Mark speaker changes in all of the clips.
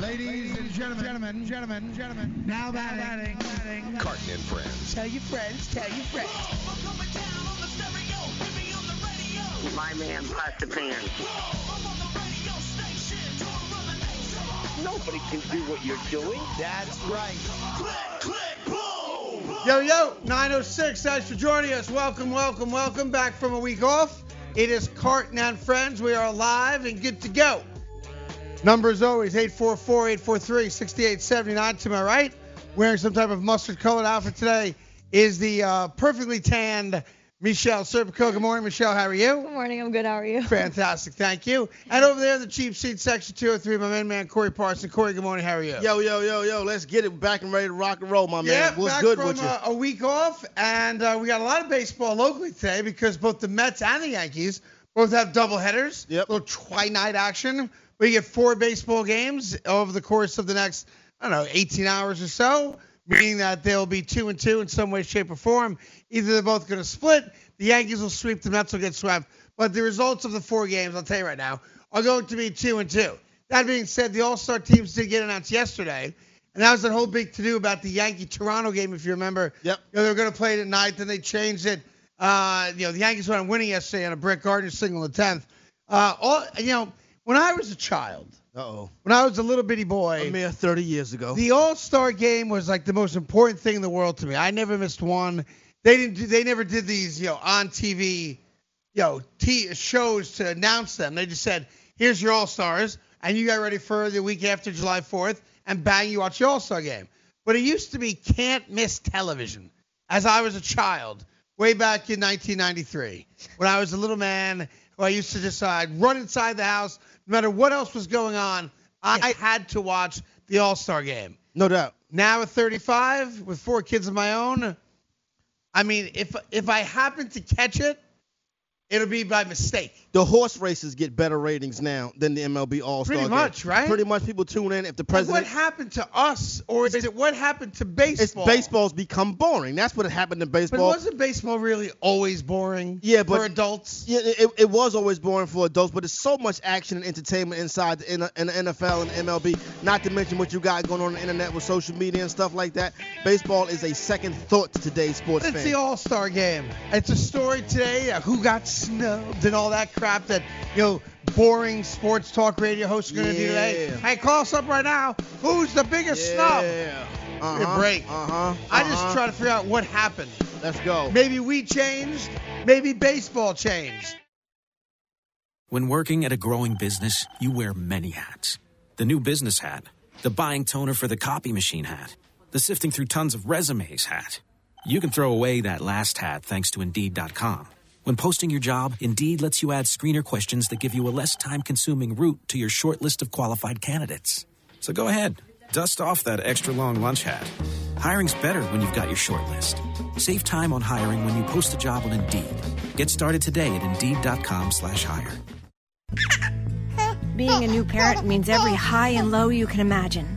Speaker 1: Ladies and gentlemen, gentlemen, gentlemen, gentlemen. Now batting,
Speaker 2: Carton and Friends.
Speaker 3: Tell your friends, tell your friends.
Speaker 4: My man, Pasta Pan. Nobody can do what you're doing.
Speaker 1: That's right. Yo, yo, 906, thanks for joining us. Welcome, welcome, welcome back from a week off. It is Carton and Friends. We are live and good to go. Number is always 844-843-6879 to my right. Wearing some type of mustard-colored outfit today is the uh, perfectly tanned Michelle Serpico. Good morning, Michelle. How are you?
Speaker 5: Good morning. I'm good. How are you?
Speaker 1: Fantastic. Thank you. And over there, the cheap seat section 203, my main man, Corey Parson. Corey, good morning. How are you?
Speaker 6: Yo, yo, yo, yo, let's get it back and ready to rock and roll, my
Speaker 1: Yeah,
Speaker 6: man. What's
Speaker 1: back
Speaker 6: good
Speaker 1: from
Speaker 6: with you?
Speaker 1: uh, a week off, and uh, we got a lot of baseball locally today because both the Mets and the Yankees both have double headers.
Speaker 6: Yep.
Speaker 1: little tri-night action. We get four baseball games over the course of the next, I don't know, 18 hours or so, meaning that they'll be two and two in some way, shape, or form. Either they're both going to split, the Yankees will sweep, the Mets will get swept. But the results of the four games, I'll tell you right now, are going to be two and two. That being said, the All-Star teams did get announced yesterday. And that was that whole big to do about the Yankee Toronto game, if you remember.
Speaker 6: Yep.
Speaker 1: You know, they were going to play it at night, then they changed it. Uh, you know, the Yankees went on winning yesterday on a Brett Gardner single in the tenth. Uh, all you know, when I was a child,
Speaker 6: Uh-oh.
Speaker 1: when I was a little bitty boy,
Speaker 6: A mere 30 years ago.
Speaker 1: the All Star game was like the most important thing in the world to me. I never missed one. They didn't. Do, they never did these, you know, on TV, you know, t- shows to announce them. They just said, "Here's your All Stars," and you got ready for the week after July 4th, and bang, you watch the All Star game. But it used to be can't miss television. As I was a child, way back in 1993, when I was a little man, who I used to just uh, run inside the house, no matter what else was going on, I had to watch the All Star game
Speaker 6: no doubt.
Speaker 1: now at 35 with four kids of my own i mean if if i happen to catch it it'll be by mistake
Speaker 6: The horse races get better ratings now than the MLB All-Star
Speaker 1: Pretty
Speaker 6: game.
Speaker 1: much, right?
Speaker 6: Pretty much people tune in if the
Speaker 1: Like,
Speaker 6: president
Speaker 1: what happened to us or is it what happened to baseball
Speaker 6: It's baseball's become boring. That's what happened in
Speaker 1: but
Speaker 6: baseball.
Speaker 1: wasn't baseball really always boring
Speaker 6: Yeah, but-
Speaker 1: for adults
Speaker 6: Yeah, it, it was always boring for adults, but there's so much action and entertainment inside the, in the, in the NFL and MLB. Not to mention what you got going on the internet with social media and stuff like that. Baseball is a second thought to today's sports
Speaker 1: It's
Speaker 6: fans.
Speaker 1: the All Star game. It's a story today of who got snubbed and all that crap that, you know, boring sports talk radio hosts are going to do today.
Speaker 6: Yeah.
Speaker 1: Hey, call us up right now. Who's the biggest snub?
Speaker 6: yeah. Uh-huh.
Speaker 1: Your break.
Speaker 6: Uh-huh.
Speaker 1: I just
Speaker 6: uh-huh.
Speaker 1: try to figure out what happened.
Speaker 6: Let's go.
Speaker 1: Maybe we changed. Maybe baseball changed.
Speaker 7: When working at a growing business, you wear many hats. The new business hat, the buying toner for the copy machine hat, the sifting through tons of resumes hat. You can throw away that last hat thanks to Indeed.com. When posting your job, Indeed lets you add screener questions that give you a less time consuming route to your short list of qualified candidates. So go ahead, dust off that extra long lunch hat. Hiring's better when you've got your short list. Save time on hiring when you post a job on Indeed. Get started today at Indeed.com slash hire.
Speaker 8: Being a new parent means every high and low you can imagine.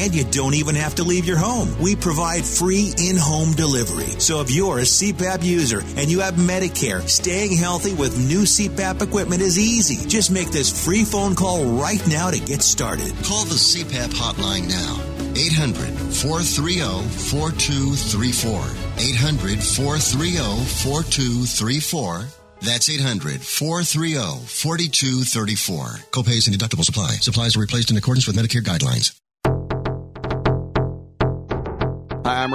Speaker 9: And you don't even have to leave your home. We provide free in home delivery. So if you're a CPAP user and you have Medicare, staying healthy with new CPAP equipment is easy. Just make this free phone call right now to get started.
Speaker 5: Call the CPAP hotline now. 800 430 4234. 800 430 4234. That's 800 430 4234. Copays and deductibles apply. Supplies are replaced in accordance with Medicare guidelines.
Speaker 10: Hi, I'm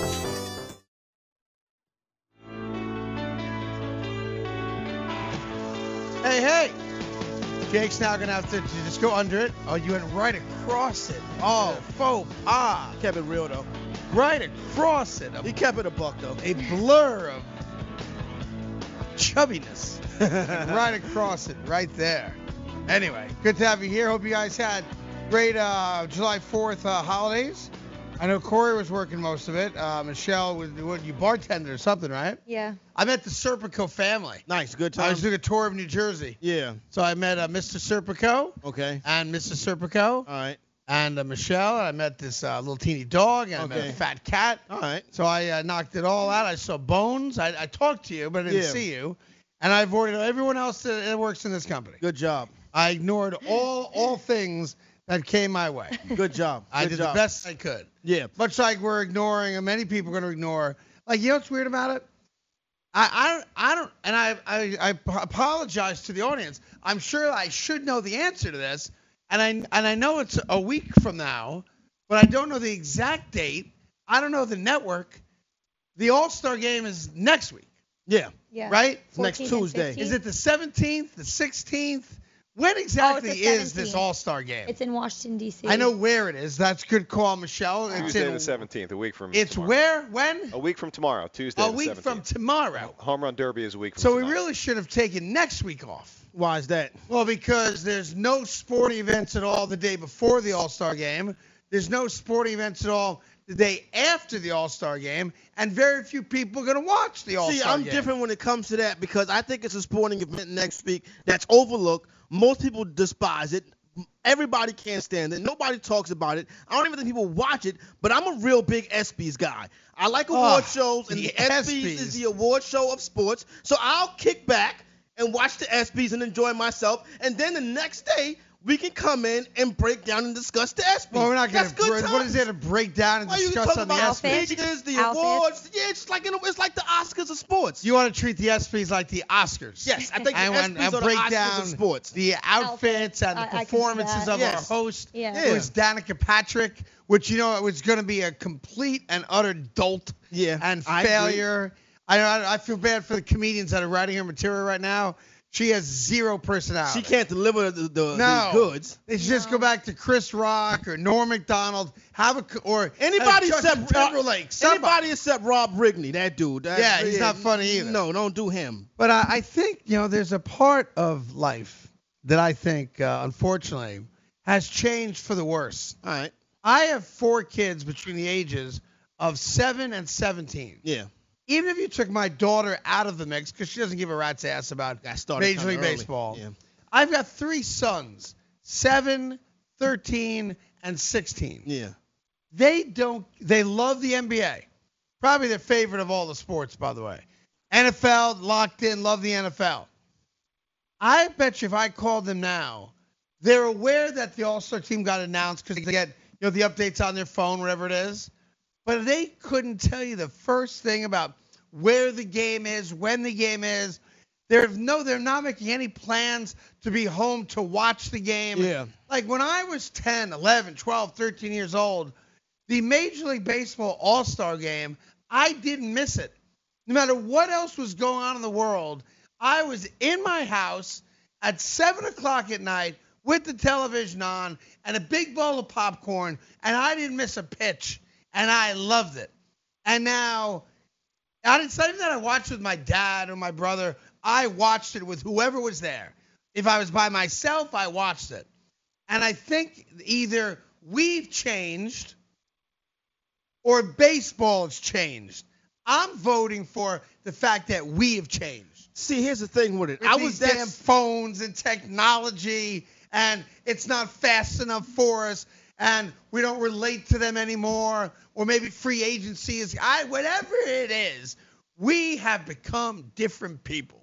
Speaker 1: Hey, hey! Jake's now gonna have to, to just go under it. Oh, you went right across it. Oh, faux pas.
Speaker 6: Kept it real though.
Speaker 1: Right across it.
Speaker 6: He
Speaker 1: A,
Speaker 6: kept it a buck though.
Speaker 1: a blur of chubbiness. right across it, right there. Anyway, good to have you here. Hope you guys had great uh, July 4th uh, holidays. I know Corey was working most of it. Uh, Michelle, was, what, you bartended or something, right?
Speaker 11: Yeah.
Speaker 1: I met the Serpico family.
Speaker 6: Nice, good
Speaker 1: I
Speaker 6: time.
Speaker 1: was doing a tour of New Jersey.
Speaker 6: yeah.
Speaker 1: So I met uh, Mr. Serpico
Speaker 6: Okay.
Speaker 1: and Mrs. Serpico
Speaker 6: All right.
Speaker 1: and uh, Michelle. And I met this uh, little teeny dog and I met
Speaker 6: Okay.
Speaker 1: a fat cat.
Speaker 6: All right.
Speaker 1: So I uh, knocked it all out. I saw bones. I, I talked to you, but I didn't
Speaker 6: Yeah.
Speaker 1: see you. And I avoided everyone else that, that works in this company.
Speaker 6: Good job.
Speaker 1: I ignored all all things that came my way.
Speaker 6: Good job.
Speaker 1: I
Speaker 6: Good
Speaker 1: did
Speaker 6: job.
Speaker 1: the best I could.
Speaker 6: Yeah.
Speaker 1: Much like we're ignoring, and many people are going to ignore. Like you know what's weird about it? I I, I don't, and I, I I apologize to the audience. I'm sure I should know the answer to this, and I and I know it's a week from now, but I don't know the exact date. I don't know the network. The All Star Game is next week,
Speaker 6: Yeah.
Speaker 11: Yeah.
Speaker 1: right?
Speaker 6: Next
Speaker 11: 14 and
Speaker 6: Tuesday.
Speaker 11: 15.
Speaker 1: Is it the 17th, the 16th? When exactly
Speaker 11: Oh, the
Speaker 1: is this
Speaker 11: 17th.
Speaker 1: All Star Game?
Speaker 11: It's in Washington D.C.
Speaker 1: I know where it is. That's a good call, Michelle. It's
Speaker 2: Tuesday
Speaker 1: in
Speaker 2: the 17th, a week from
Speaker 1: it's
Speaker 2: tomorrow.
Speaker 1: where? When?
Speaker 2: A week from tomorrow, Tuesday
Speaker 1: A
Speaker 2: the
Speaker 1: week
Speaker 2: 17th.
Speaker 1: from tomorrow.
Speaker 2: Home Run Derby is a week from
Speaker 1: So we
Speaker 2: tonight.
Speaker 1: really should have taken next week off.
Speaker 6: Why is that?
Speaker 1: Well, because there's no sporting events at all the day before the All Star game. There's no sporting events at all the day after the All Star game, and very few people are going to watch the All Star
Speaker 6: See,
Speaker 1: game.
Speaker 6: I'm different when it comes to that because I think it's a sporting event next week that's overlooked. Most people despise it. Everybody can't stand it. Nobody talks about it. I don't even think people watch it, but I'm a real big ESPYs guy. I like award
Speaker 1: Oh,
Speaker 6: shows, and
Speaker 1: the
Speaker 6: the ESPYs
Speaker 1: ESPYs.
Speaker 6: is the award show of sports. So I'll kick back and watch the ESPYs and enjoy myself. And then the next day, we can come in and break down and discuss the ESPYs.
Speaker 1: Well, we're not going
Speaker 6: That's
Speaker 1: to.
Speaker 6: good
Speaker 1: What is
Speaker 6: times.
Speaker 1: there to break down and
Speaker 6: Why you
Speaker 1: discuss
Speaker 6: talking
Speaker 1: on the
Speaker 6: about
Speaker 1: ESPYS?
Speaker 11: Outfits.
Speaker 6: speeches, the
Speaker 11: Outfits.
Speaker 6: awards? Yeah, it's like you know, it's like the Oscars of sports.
Speaker 1: You want to treat the ESPYS like the Oscars.
Speaker 6: Yes, I think
Speaker 1: and,
Speaker 6: the
Speaker 1: and,
Speaker 6: ESPYs
Speaker 1: and
Speaker 6: are
Speaker 1: break
Speaker 6: the Oscars
Speaker 1: down
Speaker 6: of sports.
Speaker 1: the outfits and
Speaker 11: I- I
Speaker 1: the
Speaker 11: can see
Speaker 1: performances
Speaker 11: that.
Speaker 1: of
Speaker 6: Yes.
Speaker 1: our host,
Speaker 11: Yeah.
Speaker 1: who is Danica Patrick, which you know it was going to be a complete and utter dolt
Speaker 6: Yeah,
Speaker 1: and
Speaker 6: I agree.
Speaker 1: failure. I, I I feel bad for the comedians that are writing her material right now. She has zero personality.
Speaker 6: She can't deliver the, the,
Speaker 1: No.
Speaker 6: the goods.
Speaker 1: It's just go back to Chris Rock or Norm Macdonald, have a c- or
Speaker 6: Anybody
Speaker 1: have Justin
Speaker 6: except
Speaker 1: Timberlake. somebody.
Speaker 6: anybody except Rob Rigney, that dude. That-
Speaker 1: Yeah, he's not funny either.
Speaker 6: No, don't do him.
Speaker 1: But I, I think you know there's a part of life that I think uh, unfortunately has changed for the worse.
Speaker 6: All right.
Speaker 1: I have four kids between the ages of seven and seventeen.
Speaker 6: Yeah.
Speaker 1: Even if you took my daughter out of the mix because she doesn't give a rat's ass about
Speaker 6: Got started
Speaker 1: Major
Speaker 6: kinda
Speaker 1: League
Speaker 6: early.
Speaker 1: Baseball,
Speaker 6: Yeah.
Speaker 1: I've got three sons, seven, 13, and sixteen.
Speaker 6: Yeah.
Speaker 1: They don't. They love the NBA. Probably their favorite of all the sports, by the way. NFL locked in. Love the NFL. I bet you if I called them now, they're aware that the All Star team got announced because they get you know the updates on their phone, whatever it is. But they couldn't tell you the first thing about where the game is, when the game is. They're no, they're not making any plans to be home to watch the game.
Speaker 6: Yeah.
Speaker 1: Like when I was 10, 11, 12, 13 years old, the Major League Baseball All Star game, I didn't miss it. No matter what else was going on in the world, I was in my house at 7 o'clock at night with the television on and a big bowl of popcorn, and I didn't miss a pitch, and I loved it. And now I didn't, it's not even that I watched with my dad or my brother. I watched it with whoever was there. If I was by myself, I watched it. And I think either we've changed or baseball's changed. I'm voting for the fact that we have changed.
Speaker 6: See, here's the thing with it.
Speaker 1: I was damn phones and technology, and it's not fast enough for us, and we don't relate to them anymore, or maybe free agency is I whatever it is, we have become different people.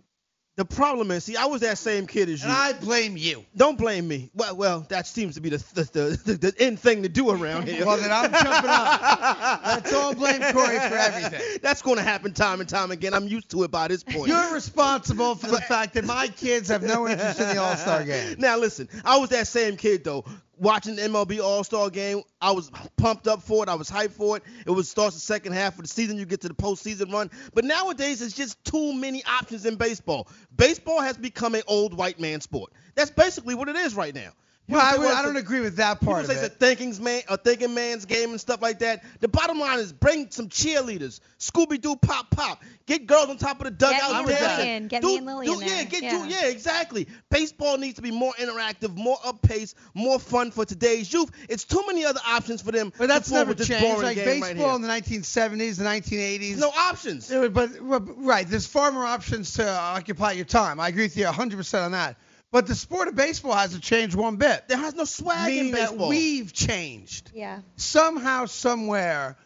Speaker 6: The problem is, see, I was that same kid as you.
Speaker 1: And I blame you.
Speaker 6: Don't blame me. Well, well, that seems to be the the, the, the end thing to do around here.
Speaker 1: Well, then I'm jumping up. Let's all blame Corey for everything.
Speaker 6: That's going to happen time and time again. I'm used to it by this point.
Speaker 1: You're responsible for the fact that my kids have no interest in the All Star game.
Speaker 6: Now listen, I was that same kid though. Watching the MLB All Star game, I was pumped up for it. I was hyped for it. It was starts the second half of the season. You get to the postseason run, but nowadays it's just too many options in baseball. Baseball has become an old white man sport. That's basically what it is right now.
Speaker 1: Well,
Speaker 6: People
Speaker 1: I,
Speaker 6: say,
Speaker 1: would,
Speaker 6: it's
Speaker 1: I
Speaker 6: a-
Speaker 1: don't agree with that part of
Speaker 6: People say
Speaker 1: it.
Speaker 6: it's a thinking's man, a thinking man's game and stuff like that. The bottom line is bring some cheerleaders, Scooby Doo, pop pop, get girls on top of the dugout.
Speaker 11: me and
Speaker 6: and
Speaker 11: Lillian. Get
Speaker 6: dance. Do-
Speaker 11: me and Lillian
Speaker 6: do-
Speaker 11: there.
Speaker 6: Yeah, get
Speaker 11: Yeah.
Speaker 6: you. Yeah, exactly. Baseball needs to be more interactive, more up paced, more fun for today's youth. It's too many other options for them.
Speaker 1: But that's
Speaker 6: to forward
Speaker 1: never
Speaker 6: this
Speaker 1: changed.
Speaker 6: boring
Speaker 1: Like
Speaker 6: game right here.
Speaker 1: baseball in the 1970s, the 1980s.
Speaker 6: no options.
Speaker 1: There were- But, but right, there's far more options to occupy your time. I agree with you 100% on that. But the sport of baseball hasn't changed one bit.
Speaker 6: There has no swag in
Speaker 1: Meaning that
Speaker 6: baseball.
Speaker 1: we've changed.
Speaker 11: Yeah.
Speaker 1: Somehow, somewhere,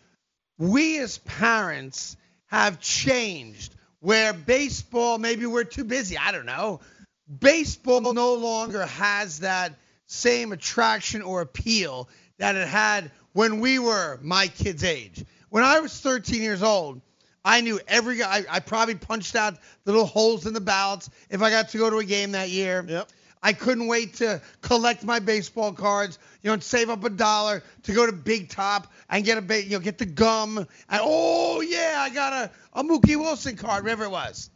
Speaker 1: we as parents have changed. Where baseball, maybe we're too busy. I don't know. Baseball no longer has that same attraction or appeal that it had when we were my kid's age. When I was 13 years old, I knew every guy. I, I probably punched out the little holes in the ballots if I got to go to a game that year.
Speaker 6: Yep.
Speaker 1: I couldn't wait to collect my baseball cards, you know, and save up a dollar to go to Big Top and get a, ba- you know, get the gum. And oh yeah, I got a a Mookie Wilson card, whatever it was.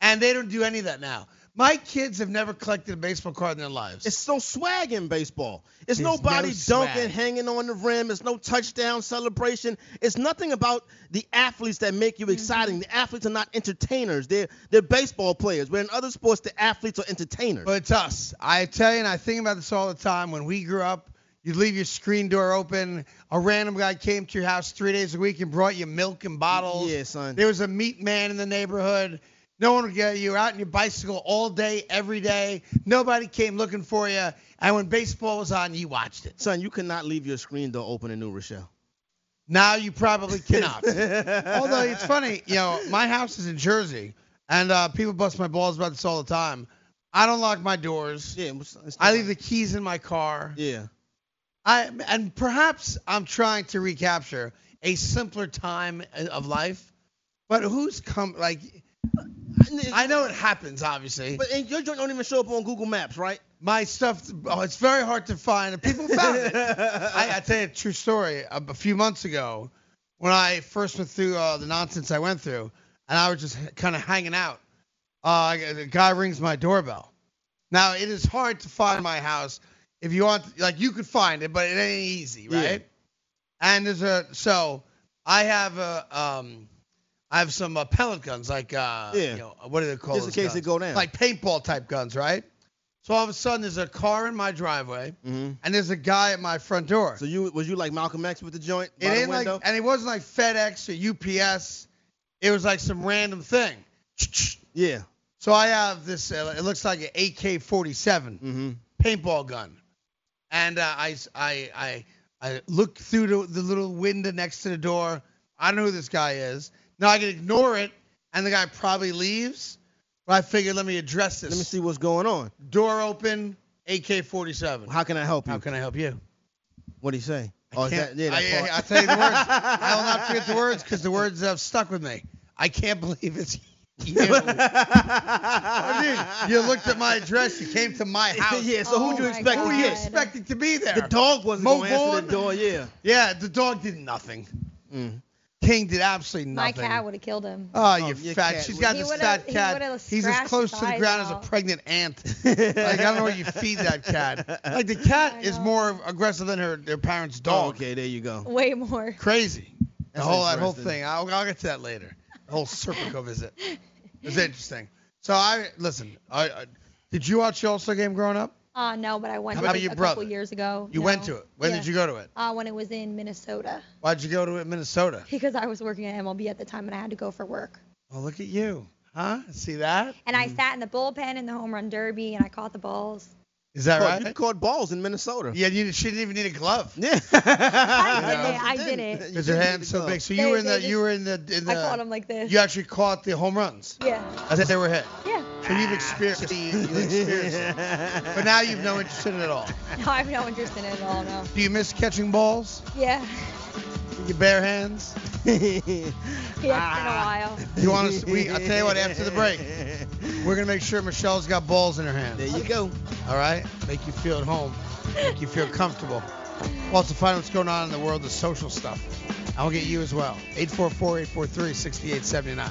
Speaker 1: And they don't do any of that now. My kids have never collected a baseball card in their lives.
Speaker 6: It's no swag in baseball. It's
Speaker 1: There's
Speaker 6: nobody
Speaker 1: no swag.
Speaker 6: dunking, hanging on the rim. It's no touchdown celebration. It's nothing about the athletes that make you exciting. The athletes are not entertainers. They're they're baseball players. Where in other sports, the athletes are entertainers.
Speaker 1: But it's us. I tell you, and I think about this all the time. When we grew up, you'd leave your screen door open. A random guy came to your house three days a week and brought you milk and bottles.
Speaker 6: Yeah, son.
Speaker 1: There was a meat man in the neighborhood. No one would get you were out on your bicycle all day, every day. Nobody came looking for you. And when baseball was on, you watched it.
Speaker 6: Son, you cannot leave your screen door open in New Rochelle.
Speaker 1: Now you probably cannot. Although it's funny, you know, my house is in Jersey, and uh, people bust my balls about this all the time. I don't lock my doors.
Speaker 6: Yeah, it's- it's
Speaker 1: I
Speaker 6: not-
Speaker 1: leave the keys in my car.
Speaker 6: Yeah.
Speaker 1: I and perhaps I'm trying to recapture a simpler time of life, but who's come like I know it happens obviously.
Speaker 6: But and your joint don't even show up on Google Maps, right?
Speaker 1: My stuff, oh, it's very hard to find, and people found it. I, I tell you a true story. A, a few months ago, when I first went through uh, the nonsense I went through, and I was just kind of hanging out, uh, a guy rings my doorbell. Now it is hard to find my house if you want, like you could find it, but it ain't easy,
Speaker 6: Yeah.
Speaker 1: right? And there's a so I have a um I have some uh, pellet guns like uh
Speaker 6: Yeah.
Speaker 1: you know, what do they call
Speaker 6: Just in
Speaker 1: those
Speaker 6: case they
Speaker 1: guns?
Speaker 6: go down.
Speaker 1: like paintball type guns, right? So all of a sudden there's a car in my driveway
Speaker 6: Mm-hmm.
Speaker 1: and there's a guy at my front door.
Speaker 6: So you was you like Malcolm X with the joint
Speaker 1: it
Speaker 6: by the
Speaker 1: ain't like
Speaker 6: window?
Speaker 1: and it wasn't like FedEx or UPS. It was like some random thing.
Speaker 6: yeah.
Speaker 1: So I have this. Uh, it looks like an AK-47
Speaker 6: Mm-hmm.
Speaker 1: paintball gun, and uh, I, s- I- I- I look through the, the little window next to the door. I don't know who this guy is. Now I can ignore it, and the guy probably leaves. But I figured, let me address this.
Speaker 6: Let me see what's going on.
Speaker 1: Door open, AK-47.
Speaker 6: How can I help you?
Speaker 1: How can I help you?
Speaker 6: What do you say? Oh, is that,
Speaker 1: Can't-
Speaker 6: yeah, that
Speaker 1: I,
Speaker 6: part.
Speaker 1: I, will tell you the words. I will not forget the words because the words have stuck with me. I can't believe it's you. I mean, you looked at my address. You came to my house.
Speaker 6: yeah, so who'd
Speaker 11: Oh
Speaker 6: you
Speaker 11: my
Speaker 6: expect
Speaker 1: Who
Speaker 6: to
Speaker 1: were
Speaker 11: God.
Speaker 1: you
Speaker 6: get?
Speaker 1: expecting to be there?
Speaker 6: The dog wasn't
Speaker 1: Mo
Speaker 6: going to answer
Speaker 1: Vaughn?
Speaker 6: the door, yeah.
Speaker 1: Yeah, the dog did nothing.
Speaker 6: Mm.
Speaker 1: King did absolutely
Speaker 11: My
Speaker 1: nothing.
Speaker 11: cat would have killed him.
Speaker 1: Oh, you
Speaker 6: Oh, your
Speaker 1: fat.
Speaker 6: cat
Speaker 1: She's
Speaker 6: would-
Speaker 1: got
Speaker 11: He
Speaker 1: this
Speaker 11: would've-
Speaker 1: fat
Speaker 11: he
Speaker 1: cat.
Speaker 11: would've
Speaker 1: He's as
Speaker 11: scratched
Speaker 1: close
Speaker 11: his
Speaker 1: to the
Speaker 11: eyes
Speaker 1: ground as a
Speaker 11: out.
Speaker 1: pregnant ant. like, I don't know what you feed that cat. Like, the cat is
Speaker 11: know.
Speaker 1: more aggressive than her, her parents'
Speaker 6: Oh,
Speaker 1: dog.
Speaker 6: okay, there you go.
Speaker 11: Way more.
Speaker 1: Crazy. The
Speaker 6: That's
Speaker 1: whole, that whole
Speaker 6: interesting.
Speaker 1: thing. I'll, I'll get to that later. The whole Serpico visit. It was interesting. So I listen. I, I did you watch the All Star game growing up?
Speaker 11: Uh, no, but I went
Speaker 1: How
Speaker 11: to
Speaker 1: about
Speaker 11: it
Speaker 1: your
Speaker 11: a
Speaker 1: brother?
Speaker 11: couple years ago.
Speaker 1: You
Speaker 11: No.
Speaker 1: went to it. When did
Speaker 11: Yeah.
Speaker 1: you go to it?
Speaker 11: Uh, when it was in Minnesota,
Speaker 1: Why'd you go to it, Minnesota?
Speaker 11: because I was working at MLB at the time and I had to go for work.
Speaker 1: Oh, look at you, huh? See that?
Speaker 11: And I sat in the bullpen in the home run derby and I caught the balls.
Speaker 1: Is that
Speaker 6: Look,
Speaker 1: right?
Speaker 6: You caught balls in Minnesota.
Speaker 1: Yeah, you, she didn't even need a glove.
Speaker 6: Yeah.
Speaker 11: I did it. I did it.
Speaker 1: Because her hand's so big. So you
Speaker 11: They-
Speaker 1: were in
Speaker 11: they
Speaker 1: the
Speaker 11: just-
Speaker 1: you were in the in the
Speaker 11: I caught them like this.
Speaker 1: you actually caught the home runs.
Speaker 11: Yeah.
Speaker 1: I said they were hit.
Speaker 11: Yeah.
Speaker 1: So you've experienced the you've experienced it. But now you've no interest in it at all.
Speaker 11: No, I have no interest in it at all. No.
Speaker 1: Do you miss catching balls?
Speaker 11: Yeah.
Speaker 1: with Your bare hands?
Speaker 11: Yeah. It's been a while.
Speaker 1: You want us we I'll tell you what, after the break, we're gonna make sure Michelle's got balls in her hands.
Speaker 6: There you go.
Speaker 1: All right? Make you feel at home. Make you feel comfortable. Also find out what's going on in the world of social stuff. I will get you as well. 844-843-6879.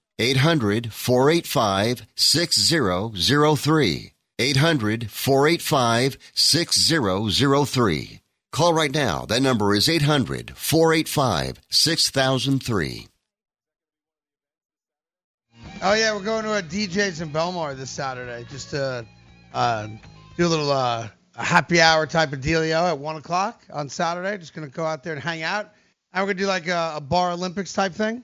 Speaker 5: 800 485 6003. 800 485 6003. Call right now. That number is 800 485 6003.
Speaker 1: Oh yeah, we're going to a DJ's in Belmar this Saturday. Just to uh, do a little uh, a happy hour type of dealio at one o'clock on Saturday. Just gonna go out there and hang out. And we're gonna do like a, a bar Olympics type thing.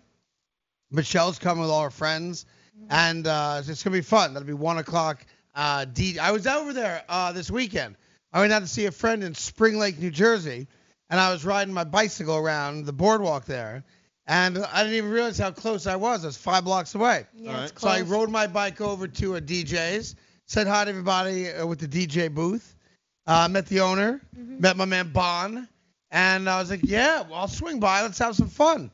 Speaker 1: Michelle's coming with all her friends,
Speaker 11: Mm-hmm.
Speaker 1: and uh, it's gonna be fun. That'll be one o'clock. Uh, D- I was over there uh, this weekend. I went out to see a friend in Spring Lake, New Jersey, and I was riding my bicycle around the boardwalk there, and I didn't even realize how close I was. I was five blocks away.
Speaker 11: Yeah, it's
Speaker 1: So I
Speaker 11: close.
Speaker 1: rode my bike over to a DJ's, said hi to everybody uh, with the DJ booth, uh, met the owner,
Speaker 11: Mm-hmm.
Speaker 1: met my man Bon, and I was like, yeah, well, I'll swing by. Let's have some fun.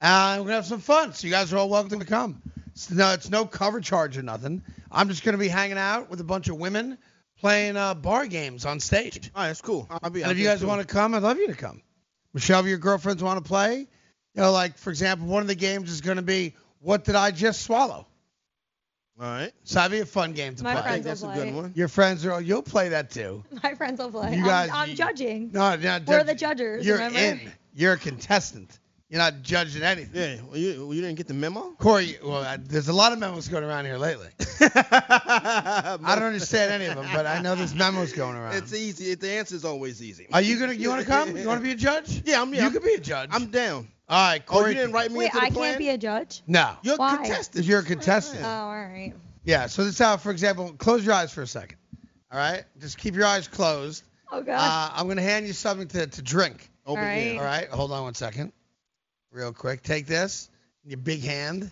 Speaker 1: Uh, we're gonna have some fun. So you guys are all welcome to come. It's no, it's no cover charge or nothing. I'm just gonna be hanging out with a bunch of women playing uh, bar games on stage.
Speaker 6: All right, that's cool. I'll be,
Speaker 1: and if you guys want to come, I'd love you to come. Michelle, if your girlfriends want to play, you know, like for example, one of the games is gonna be what did I just swallow?
Speaker 6: All right.
Speaker 1: So that'd be a fun game to
Speaker 11: My
Speaker 1: play.
Speaker 11: friends I think that's will a good play. one.
Speaker 1: Your friends are you'll play that too.
Speaker 11: My friends will play.
Speaker 1: You
Speaker 11: I'm-
Speaker 1: guys-
Speaker 11: I'm, judging.
Speaker 1: No, no,
Speaker 11: We're
Speaker 1: judge-
Speaker 11: the judges.
Speaker 1: You're
Speaker 11: remember?
Speaker 1: in. You're a contestant. You're not judging anything.
Speaker 6: Yeah. Well, you, well, you didn't get the memo?
Speaker 1: Corey, well, I, there's a lot of memos going around here lately. I don't understand any of them, but I know there's memos going around.
Speaker 6: It's easy. The answer's always easy.
Speaker 1: Are you gonna? You wanna come? You wanna be a judge?
Speaker 6: Yeah, I'm. Yeah,
Speaker 1: you
Speaker 6: I'm,
Speaker 1: could be a judge.
Speaker 6: I'm down.
Speaker 1: All right,
Speaker 6: Oh,
Speaker 1: Corey.
Speaker 6: you didn't write me
Speaker 11: Wait,
Speaker 6: into the
Speaker 11: I
Speaker 6: plan?
Speaker 11: can't be a judge.
Speaker 1: No.
Speaker 6: You're
Speaker 11: Why?
Speaker 6: contested.
Speaker 1: You're a contestant.
Speaker 11: Oh, all right.
Speaker 1: Yeah. So this is how, for example, close your eyes for a second. All right. Just keep your eyes closed.
Speaker 11: Oh god.
Speaker 1: Uh, I'm gonna hand you something to, to drink.
Speaker 11: All right.
Speaker 1: All right. Hold on one second. Real quick. Take this in your big hand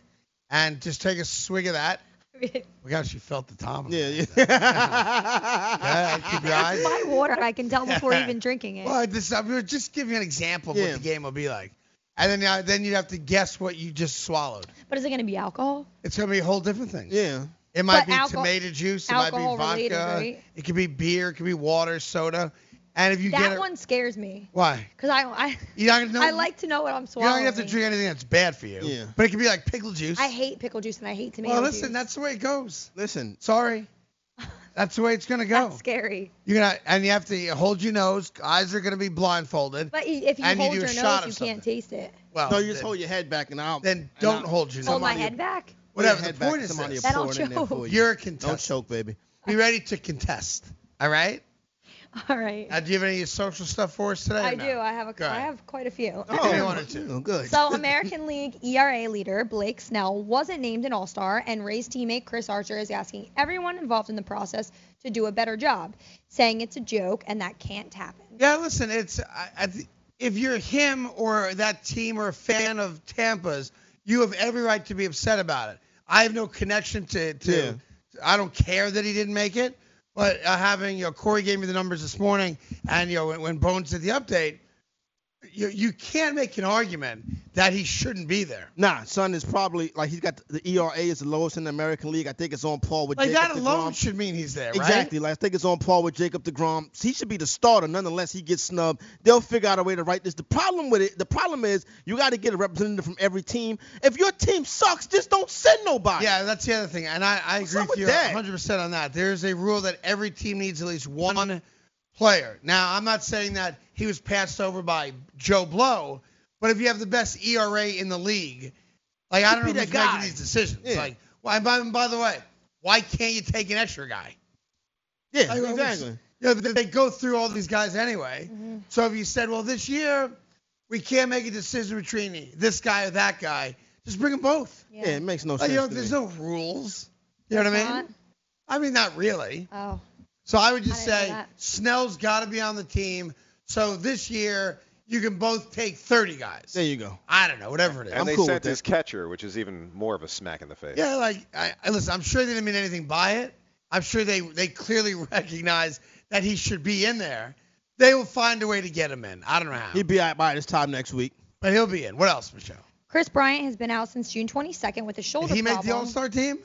Speaker 1: and just take a swig of that. Look how she felt the top. Of it.
Speaker 6: Yeah, yeah.
Speaker 1: Okay, keep your eyes.
Speaker 11: That's my water. I can tell before even drinking it.
Speaker 1: Well, this, I'm just giving you an example of
Speaker 6: Yeah.
Speaker 1: what the game will be like. And then uh, then you'd have to guess what you just swallowed.
Speaker 11: But is it gonna be alcohol?
Speaker 1: It's gonna be a whole different thing.
Speaker 6: yeah.
Speaker 1: It might
Speaker 11: But
Speaker 1: be
Speaker 11: alcohol-
Speaker 1: tomato juice. It might be
Speaker 11: alcohol
Speaker 1: vodka.
Speaker 11: related, right?
Speaker 1: It could be beer. It could be water, soda. And if you
Speaker 11: that
Speaker 1: get it,
Speaker 11: one scares me.
Speaker 1: why?
Speaker 11: Cause I I
Speaker 1: You're not gonna know.
Speaker 11: I like to know what I'm
Speaker 1: You're not
Speaker 11: swallowing.
Speaker 1: gonna have to drink anything that's bad for you.
Speaker 6: Yeah.
Speaker 1: But it could be like pickle juice.
Speaker 11: I hate pickle juice and I hate tomato
Speaker 1: well, listen,
Speaker 11: juice.
Speaker 1: that's the way it goes.
Speaker 6: Listen.
Speaker 1: Sorry. That's the way it's gonna go.
Speaker 11: That's scary.
Speaker 1: You're gonna and you have to hold your nose. Eyes are gonna be blindfolded.
Speaker 11: But i- if you
Speaker 1: And you
Speaker 11: hold
Speaker 1: do a
Speaker 11: your
Speaker 1: shot
Speaker 11: nose,
Speaker 1: of
Speaker 11: you can't taste it.
Speaker 1: well,
Speaker 6: no, you just
Speaker 1: then-
Speaker 6: hold your head back and I'll.
Speaker 1: then
Speaker 6: and
Speaker 1: don't
Speaker 6: I'll-
Speaker 1: hold your nose.
Speaker 11: Hold my
Speaker 6: somebody-
Speaker 11: head back.
Speaker 1: Whatever.
Speaker 6: Head
Speaker 1: The
Speaker 6: back,
Speaker 1: point is
Speaker 6: somebody
Speaker 1: this.
Speaker 6: will
Speaker 11: Then I'll
Speaker 6: pour it in there
Speaker 11: choke.
Speaker 6: for you.
Speaker 1: You're a
Speaker 6: Don't
Speaker 1: contestant.
Speaker 6: choke, baby.
Speaker 1: Be ready to contest. All right.
Speaker 11: All right.
Speaker 1: Now, Uh, do you have any social stuff for us today? or
Speaker 11: I
Speaker 1: no?
Speaker 11: do. I have
Speaker 1: Go
Speaker 11: a. I
Speaker 1: ahead.
Speaker 11: have quite a few.
Speaker 1: Give me one or two.
Speaker 6: Oh, good.
Speaker 11: So American League ERA leader Blake Snell wasn't named an All-Star, and Rays teammate Chris Archer is asking everyone involved in the process to do a better job, saying it's a joke and that can't happen.
Speaker 1: Yeah, listen, it's I, I th- if you're him or that team or a fan of Tampa's, you have every right to be upset about it. I have no connection to to.
Speaker 6: Yeah.
Speaker 1: I don't care that he didn't make it, but uh, having you know Corey gave me the numbers this morning, and you know when, when Bones did the update, you you can't make an argument that he shouldn't be there.
Speaker 6: Nah, son is probably like he's got the ERA is the lowest in the American League. I think it's on par with
Speaker 1: Like
Speaker 6: Jacob
Speaker 1: that alone
Speaker 6: DeGrom.
Speaker 1: should mean he's there, right?
Speaker 6: Exactly. Like I think it's on par with Jacob Degrom. He should be the starter. Nonetheless, he gets snubbed. They'll figure out a way to write this. The problem with it, the problem is you got to get a representative from every team. If your team sucks, just don't send nobody.
Speaker 1: Yeah, that's the other thing, and I, I agree
Speaker 6: up with
Speaker 1: with you
Speaker 6: that?
Speaker 1: 100% on that. There is a rule that every team needs at least one player. Now, I'm not saying that he was passed over by Joe Blow, but if you have the best ERA in the league, like I
Speaker 6: He'd
Speaker 1: don't
Speaker 6: be
Speaker 1: know who's
Speaker 6: that guy.
Speaker 1: making these decisions.
Speaker 6: Yeah.
Speaker 1: Like, why? By, by the way, why can't you take an extra guy?
Speaker 6: Yeah,
Speaker 1: Like,
Speaker 6: exactly.
Speaker 1: You know, they they go through all these guys anyway. So if you said, well, this year we can't make a decision between this guy or that guy, just bring them both.
Speaker 6: Yeah, it makes no
Speaker 1: Like,
Speaker 6: sense.
Speaker 1: you know,
Speaker 6: to
Speaker 1: there's
Speaker 6: me.
Speaker 1: no rules. You know what I mean? I mean, not really.
Speaker 11: Oh.
Speaker 1: So I would just
Speaker 11: I didn't know
Speaker 1: say
Speaker 11: that.
Speaker 1: Snell's got to be on the team. So this year you can both take 30 guys.
Speaker 6: there you go.
Speaker 1: I don't know, whatever it is.
Speaker 2: And
Speaker 6: I'm
Speaker 2: they
Speaker 6: cool
Speaker 2: sent
Speaker 6: with
Speaker 2: his catcher, which is even more of a smack in the face.
Speaker 1: Yeah, like I, I listen. I'm sure they didn't mean anything by it. I'm sure they they clearly recognize that he should be in there. They will find a way to get him in. I don't know how,
Speaker 6: He'd be out by this time next week.
Speaker 1: but he'll be in. What else, Michelle?
Speaker 11: Chris Bryant has been out since June 22nd with a shoulder
Speaker 1: Did he make
Speaker 11: problem.
Speaker 1: the All Star team?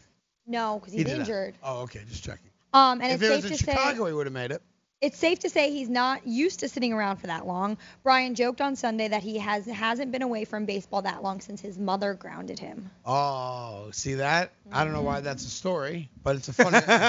Speaker 11: No, because
Speaker 1: He
Speaker 11: he's
Speaker 1: did not.
Speaker 11: injured.
Speaker 1: Oh, okay, just checking.
Speaker 11: Um, and
Speaker 1: if
Speaker 11: it's
Speaker 1: it
Speaker 11: safe
Speaker 1: was in
Speaker 11: to say
Speaker 1: Chicago, he would have made it.
Speaker 11: It's safe to say he's not used to sitting around for that long. Brian joked on Sunday that he has hasn't been away from baseball that long since his mother grounded him.
Speaker 1: Oh, see that? I don't know
Speaker 11: Mm.
Speaker 1: why that's a story, but it's a funny, it's a funny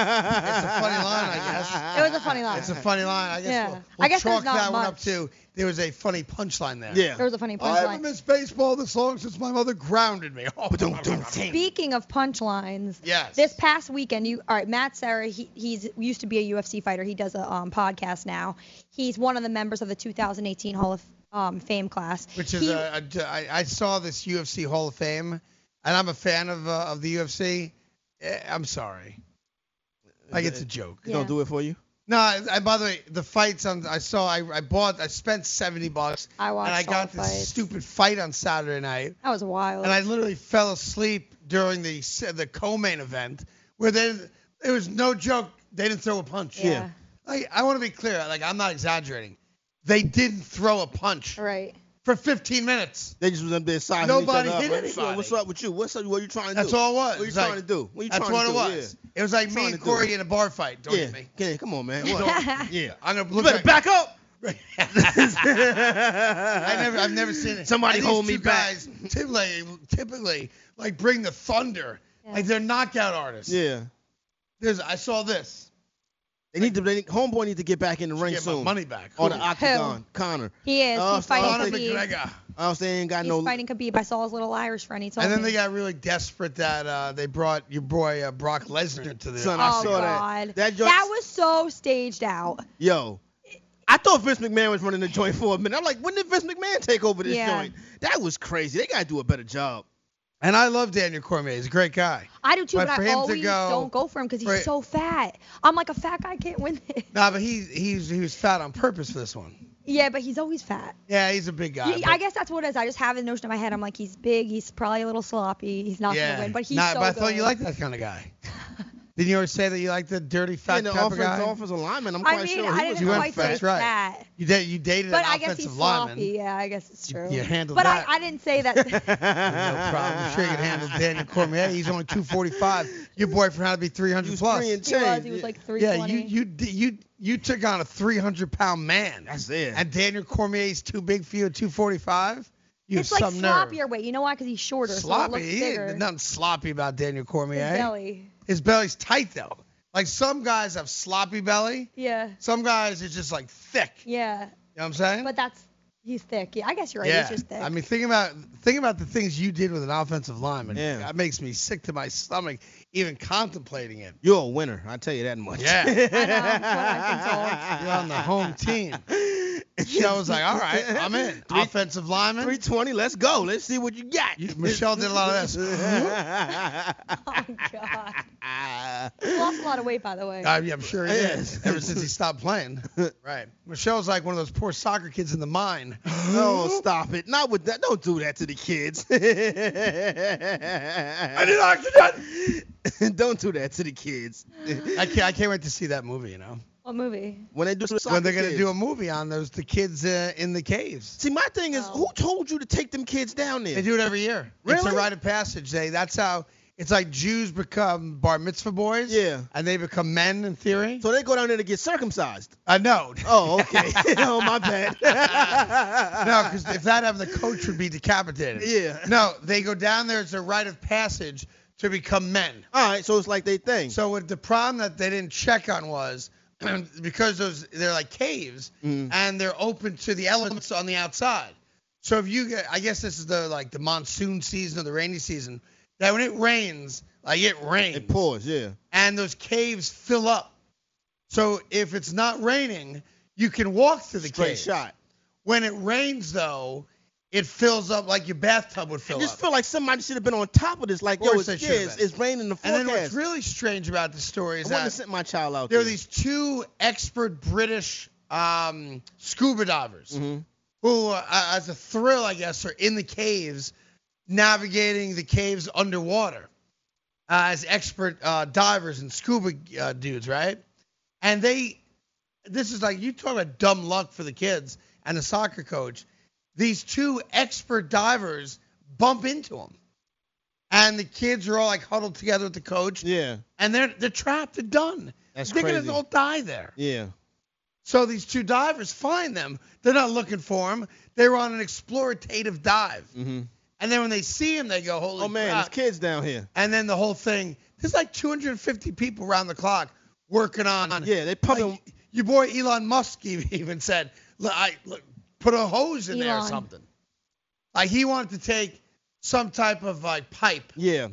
Speaker 1: line, I guess.
Speaker 11: It was a funny line.
Speaker 1: It's a funny line. I guess
Speaker 11: Yeah.
Speaker 1: we'll,
Speaker 11: I
Speaker 1: we'll
Speaker 11: guess there's
Speaker 1: chalk
Speaker 11: not
Speaker 1: that one up
Speaker 11: much.
Speaker 1: to there was a funny punchline there.
Speaker 6: Yeah.
Speaker 11: there was a funny
Speaker 1: I haven't
Speaker 11: punchline.
Speaker 1: missed baseball this long since my mother grounded me. Oh, don't,
Speaker 11: Speaking of punchlines,
Speaker 1: Yes.
Speaker 11: this past weekend, you all right? Matt Sarah, he, he's used to be a UFC fighter. He does a um, podcast now. He's one of the members of the 2018 Hall of um, Fame class.
Speaker 1: Which is
Speaker 11: He-
Speaker 1: a, a, I, I saw this UFC Hall of Fame, and I'm a fan of uh, of the UFC. Eh, I'm sorry. Like it's a joke.
Speaker 11: Yeah.
Speaker 6: Don't do it for you.
Speaker 1: No, I, I, by the way, the fights on I saw I, I bought I spent seventy bucks
Speaker 11: I watched
Speaker 1: and I
Speaker 11: all
Speaker 1: got
Speaker 11: the
Speaker 1: this
Speaker 11: fights.
Speaker 1: stupid fight on Saturday night.
Speaker 11: that was wild.
Speaker 1: and I literally fell asleep during the the co-main event where they it was no joke. They didn't throw a punch.
Speaker 11: Yeah.
Speaker 1: Like I want to be clear. Like I'm not exaggerating. They didn't throw a punch.
Speaker 11: Right.
Speaker 1: for 15 minutes.
Speaker 6: They just was up there sizing
Speaker 1: Nobody
Speaker 6: each other
Speaker 1: did
Speaker 6: up.
Speaker 1: anything.
Speaker 6: Yo, What's up with you? What's up? What you trying to
Speaker 1: That's
Speaker 6: do?
Speaker 1: all it was.
Speaker 6: What you
Speaker 1: It's
Speaker 6: trying
Speaker 1: like-
Speaker 6: to do? What you
Speaker 1: that's
Speaker 6: trying
Speaker 1: what
Speaker 6: to
Speaker 1: it
Speaker 6: do?
Speaker 1: was.
Speaker 6: Yeah.
Speaker 1: It was
Speaker 6: What you
Speaker 1: like me
Speaker 6: trying
Speaker 1: and
Speaker 6: to do?
Speaker 1: Corey in a bar fight. Don't
Speaker 6: yeah.
Speaker 1: you think?
Speaker 6: Yeah, come on, man.
Speaker 1: You
Speaker 6: What?
Speaker 1: know, yeah, I'm gonna
Speaker 6: You
Speaker 1: look
Speaker 6: better
Speaker 1: like-
Speaker 6: back up.
Speaker 1: I never, I've never seen it.
Speaker 6: Somebody
Speaker 1: And
Speaker 6: hold
Speaker 1: these
Speaker 6: me
Speaker 1: two
Speaker 6: back.
Speaker 1: Guys typically, typically, like bring the thunder. Like they're knockout artists.
Speaker 6: Yeah.
Speaker 1: There's, I saw this.
Speaker 6: They need to. They need, homeboy need to get back in the ring
Speaker 1: get my
Speaker 6: soon.
Speaker 1: money back.
Speaker 6: On the
Speaker 1: Who?
Speaker 6: octagon, Connor.
Speaker 11: He is.
Speaker 6: Uh,
Speaker 11: he's fighting
Speaker 6: Conor
Speaker 11: Khabib.
Speaker 1: Oh, McGregor.
Speaker 6: I don't say ain't got
Speaker 11: He's
Speaker 6: no.
Speaker 11: fighting Khabib. I saw his little Irish friend. He told
Speaker 1: And then
Speaker 11: me.
Speaker 1: they got really desperate that uh, they brought your boy uh, Brock Lesnar to the.
Speaker 6: Son, I
Speaker 11: oh
Speaker 6: saw
Speaker 11: God,
Speaker 6: that. That joint.
Speaker 11: was so staged out.
Speaker 6: Yo. I thought Vince McMahon was running the joint for a minute. I'm like, when did Vince McMahon take over this
Speaker 11: Yeah.
Speaker 6: joint? That was crazy. They gotta do a better job.
Speaker 1: And I love Daniel Cormier. He's a great guy.
Speaker 11: I do too,
Speaker 1: But
Speaker 11: but,
Speaker 1: for him
Speaker 11: I
Speaker 1: to
Speaker 11: always
Speaker 1: go-
Speaker 11: don't go for him because he's
Speaker 1: for it-
Speaker 11: so fat. I'm like a fat guy can't win this.
Speaker 1: Nah, but he he's he was fat on purpose for this one.
Speaker 11: Yeah, but he's always fat.
Speaker 1: Yeah, he's a big guy.
Speaker 11: He-
Speaker 1: but-
Speaker 11: I guess that's what it is. I just have the notion in my head. I'm like, he's big. He's probably a little sloppy. He's not
Speaker 1: yeah.
Speaker 11: gonna win, but he's
Speaker 1: Nah,
Speaker 11: so
Speaker 1: but I thought
Speaker 11: good.
Speaker 1: you liked that kind of guy. Didn't you always say that you liked the dirty fat
Speaker 6: And the
Speaker 1: type of
Speaker 6: offense,
Speaker 1: guy?
Speaker 6: the offensive lineman, I'm
Speaker 11: I
Speaker 6: quite
Speaker 11: mean,
Speaker 6: sure
Speaker 11: I
Speaker 6: he was
Speaker 11: didn't
Speaker 1: You
Speaker 11: quite
Speaker 1: went
Speaker 11: say
Speaker 1: fat, that's right.
Speaker 11: fat.
Speaker 1: You did you dated
Speaker 11: But
Speaker 1: an
Speaker 11: I guess
Speaker 1: offensive
Speaker 11: he's
Speaker 1: lineman.
Speaker 11: sloppy. Yeah, I guess it's true.
Speaker 1: you handled
Speaker 11: but
Speaker 1: that.
Speaker 11: I, I didn't say that.
Speaker 1: No problem. I'm sure you can handle Daniel Cormier. He's only 245. Your boyfriend had to be 300 plus.
Speaker 6: Three and
Speaker 11: he was.
Speaker 6: change.
Speaker 11: He was like
Speaker 1: Yeah,
Speaker 11: 320.
Speaker 1: you you di- you you took on a 300 pound man.
Speaker 6: That's it.
Speaker 1: And Daniel Cormier's too big for you at 245. You
Speaker 11: it's
Speaker 1: have
Speaker 11: like
Speaker 1: some nerve.
Speaker 11: sloppier weight. You know why? Because he's shorter.
Speaker 1: sloppy.
Speaker 11: So it
Speaker 1: He
Speaker 11: looks
Speaker 1: ain't- eh?
Speaker 11: bigger.
Speaker 1: nothing sloppy about Daniel Cormier.
Speaker 11: His belly.
Speaker 1: His belly's tight though. Like some guys have sloppy belly.
Speaker 11: Yeah.
Speaker 1: Some guys it's just like thick. You
Speaker 11: Yeah.
Speaker 1: know what I'm saying?
Speaker 11: But that's he's thick. Yeah, I guess you're right.
Speaker 1: yeah.
Speaker 11: He's just thick.
Speaker 1: I mean, think about think about the things you did with an offensive lineman.
Speaker 6: Yeah.
Speaker 1: That makes me sick to my stomach even contemplating it.
Speaker 6: You're a winner. I tell you that much.
Speaker 1: Yeah. I know,
Speaker 11: I know, that's what I've
Speaker 1: You're on the home team. So I was like, all right, I'm in.
Speaker 6: Three-
Speaker 1: offensive lineman.
Speaker 6: 320. Let's go. Let's see what you got.
Speaker 1: You- Michelle did a lot of this.
Speaker 11: been told. Oh God. He lost a lot of weight, by the way.
Speaker 1: I, am sure he
Speaker 6: Yes.
Speaker 1: is. Ever since he stopped playing. Right. Michelle's like one of those poor soccer kids in the mine.
Speaker 6: No, stop it. Not with that. Don't do that to the kids. I did not that. Don't do that to the kids.
Speaker 1: I can't, I can't wait to see that movie, you know.
Speaker 11: What movie?
Speaker 6: When they do some
Speaker 1: when they're going
Speaker 6: to
Speaker 1: to do a movie on those, the kids uh, in the caves.
Speaker 6: See, my thing is,
Speaker 11: Oh.
Speaker 6: who told you to take them kids down there?
Speaker 1: They do it every year. It's a
Speaker 6: Really?
Speaker 1: rite of passage. They That's how it's like Jews become bar mitzvah boys.
Speaker 6: Yeah.
Speaker 1: And they become men in theory.
Speaker 6: So they go down there to get circumcised.
Speaker 1: I know.
Speaker 6: Oh, okay. oh, my bad.
Speaker 1: No, because if that happened, the coach would be decapitated.
Speaker 6: Yeah.
Speaker 1: No, they go down there. It's a rite of passage to become men.
Speaker 6: All right, so it's like they thing.
Speaker 1: So what the problem that they didn't check on was because those they're like caves
Speaker 6: Mm.
Speaker 1: and they're open to the elements on the outside. So if you get, I guess this is the like the monsoon season or the rainy season. That when it rains, like it rains,
Speaker 6: it pours, yeah.
Speaker 1: and those caves fill up. So if it's not raining, you can walk through the
Speaker 6: Straight
Speaker 1: cave.
Speaker 6: shot.
Speaker 1: When it rains, though, it fills up like your bathtub would
Speaker 6: I
Speaker 1: fill
Speaker 6: just
Speaker 1: up.
Speaker 6: feel like somebody should have been on top of this. Like,
Speaker 1: Of
Speaker 6: yo,
Speaker 1: course
Speaker 6: it's,
Speaker 1: they
Speaker 6: yeah,
Speaker 1: should have
Speaker 6: it's,
Speaker 1: been.
Speaker 6: it's raining in the
Speaker 1: and
Speaker 6: forecast.
Speaker 1: then what's really strange about the story
Speaker 6: I
Speaker 1: is
Speaker 6: wouldn't have
Speaker 1: that
Speaker 6: sent my child out
Speaker 1: there
Speaker 6: there.
Speaker 1: are these two expert British um, scuba divers
Speaker 6: Mm-hmm.
Speaker 1: who, uh, as a thrill, I guess, are in the caves, navigating the caves underwater uh, as expert uh, divers and scuba uh, dudes, right? And they, this is like, you talk about dumb luck for the kids and the soccer coach. These two expert divers bump into them. And the kids are all like huddled together with the coach
Speaker 6: yeah,
Speaker 1: and they're they're trapped. They're done.
Speaker 6: That's
Speaker 1: they're
Speaker 6: crazy.
Speaker 1: gonna all die there.
Speaker 6: yeah.
Speaker 1: So these two divers find them. They're not looking for them. They were on an explorative dive,
Speaker 6: Mhm.
Speaker 1: and then when they see him, they go, "Holy
Speaker 6: Oh man,
Speaker 1: crap!"
Speaker 6: there's kids down here.
Speaker 1: And then the whole thing. There's like 250 people around the clock working on.
Speaker 6: Yeah, they pumping.
Speaker 1: Like, your boy Elon Musk even said, "Look, I look, put a hose in there or
Speaker 11: Elon.
Speaker 1: something." Like he wanted to take some type of like pipe,
Speaker 6: yeah,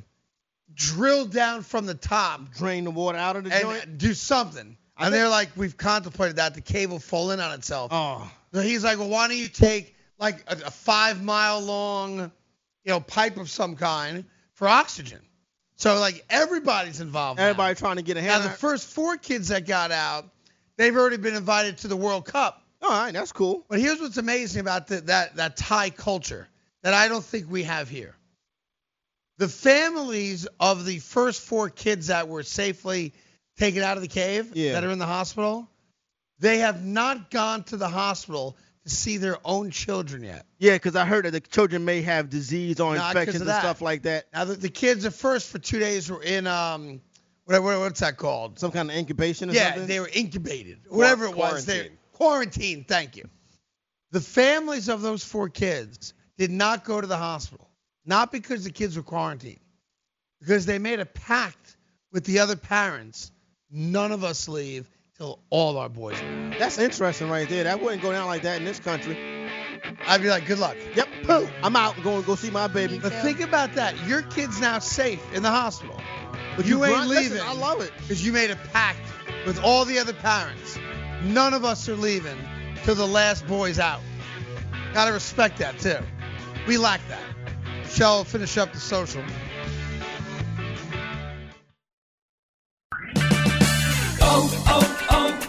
Speaker 1: drill down from the top,
Speaker 6: drain the water out of the joint.
Speaker 1: and do something.
Speaker 6: I think-
Speaker 1: and they're like, we've contemplated that the cave will fall in on itself.
Speaker 6: Oh,
Speaker 1: So he's like, well, why don't you take like a, a five mile long, you know, pipe of some kind for oxygen? So like everybody's involved. now.
Speaker 6: everybody trying to get a
Speaker 1: Now,
Speaker 6: hand.
Speaker 1: the first four kids that got out, they've already been invited to the World Cup.
Speaker 6: All right, that's cool.
Speaker 1: But here's what's amazing about the, that that Thai culture that I don't think we have here. The families of the first four kids that were safely taken out of the cave
Speaker 6: Yeah.
Speaker 1: that are in the hospital, they have not gone to the hospital to see their own children yet.
Speaker 6: Yeah, because I heard that the children may have disease or
Speaker 1: Not 'cause of
Speaker 6: infections and
Speaker 1: that.
Speaker 6: stuff like that.
Speaker 1: Now the, the kids at first for two days were in um whatever what- what's that called?
Speaker 6: Some kind of incubation or
Speaker 1: yeah,
Speaker 6: something?
Speaker 1: they were incubated. Whatever it was, they quarantined, thank you. The families of those four kids did not go to the hospital. Not because the kids were quarantined. Because they made a pact with the other parents, none of us leave till all our boys leave.
Speaker 6: That's interesting right there. That wouldn't go down like that in this country.
Speaker 1: I'd be like, good luck.
Speaker 6: Yep, poo. I'm out going to go see my baby.
Speaker 1: But think about that. Your kid's now safe in the hospital.
Speaker 6: But
Speaker 1: you,
Speaker 6: you
Speaker 1: ain't
Speaker 6: grunt-
Speaker 1: leaving.
Speaker 6: listen, I love it.
Speaker 1: Because you made a pact with all the other parents. None of us are leaving till the last boy's out. Gotta respect that too. We lack that. Shall finish up the social.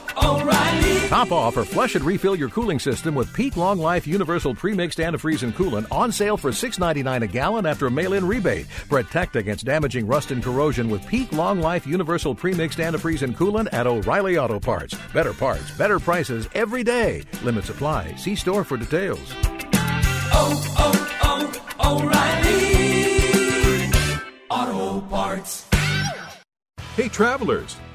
Speaker 12: Top off or flush and refill your cooling system with Peak Long Life Universal Premixed Antifreeze and Coolant on sale for $6.99 a gallon after a mail-in rebate. Protect against damaging rust and corrosion with Peak Long Life Universal Premixed Antifreeze and Coolant at O'Reilly Auto Parts. Better parts, better prices every day. Limit supply. See store for details.
Speaker 13: Oh, oh, oh, O'Reilly Auto Parts.
Speaker 14: Hey travelers,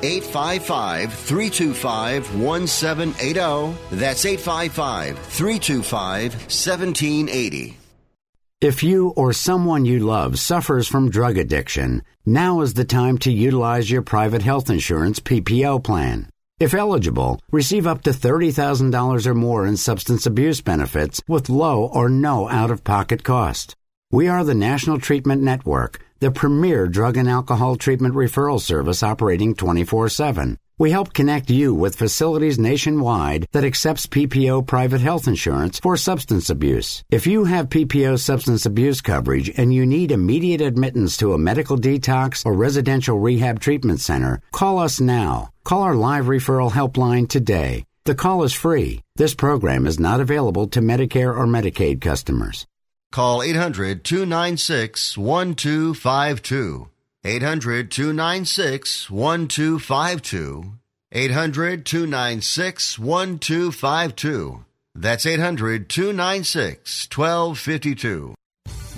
Speaker 15: 855 325 1780. oh. That's 855 325 1780.
Speaker 16: If you or someone you love suffers from drug addiction, now is the time to utilize your private health insurance PPO plan. If eligible, receive up to $30,000 or more in substance abuse benefits with low or no out of pocket cost. We are the National Treatment Network, the premier drug and alcohol treatment referral service operating 24 7. We help connect you with facilities nationwide that accepts PPO private health insurance for substance abuse. If you have PPO substance abuse coverage and you need immediate admittance to a medical detox or residential rehab treatment center, call us now. Call our live referral helpline today. The call is free. This program is not available to Medicare or Medicaid customers.
Speaker 15: Call 800 296 1252. 800 296 1252. 800 296 1252. That's 800 296 1252.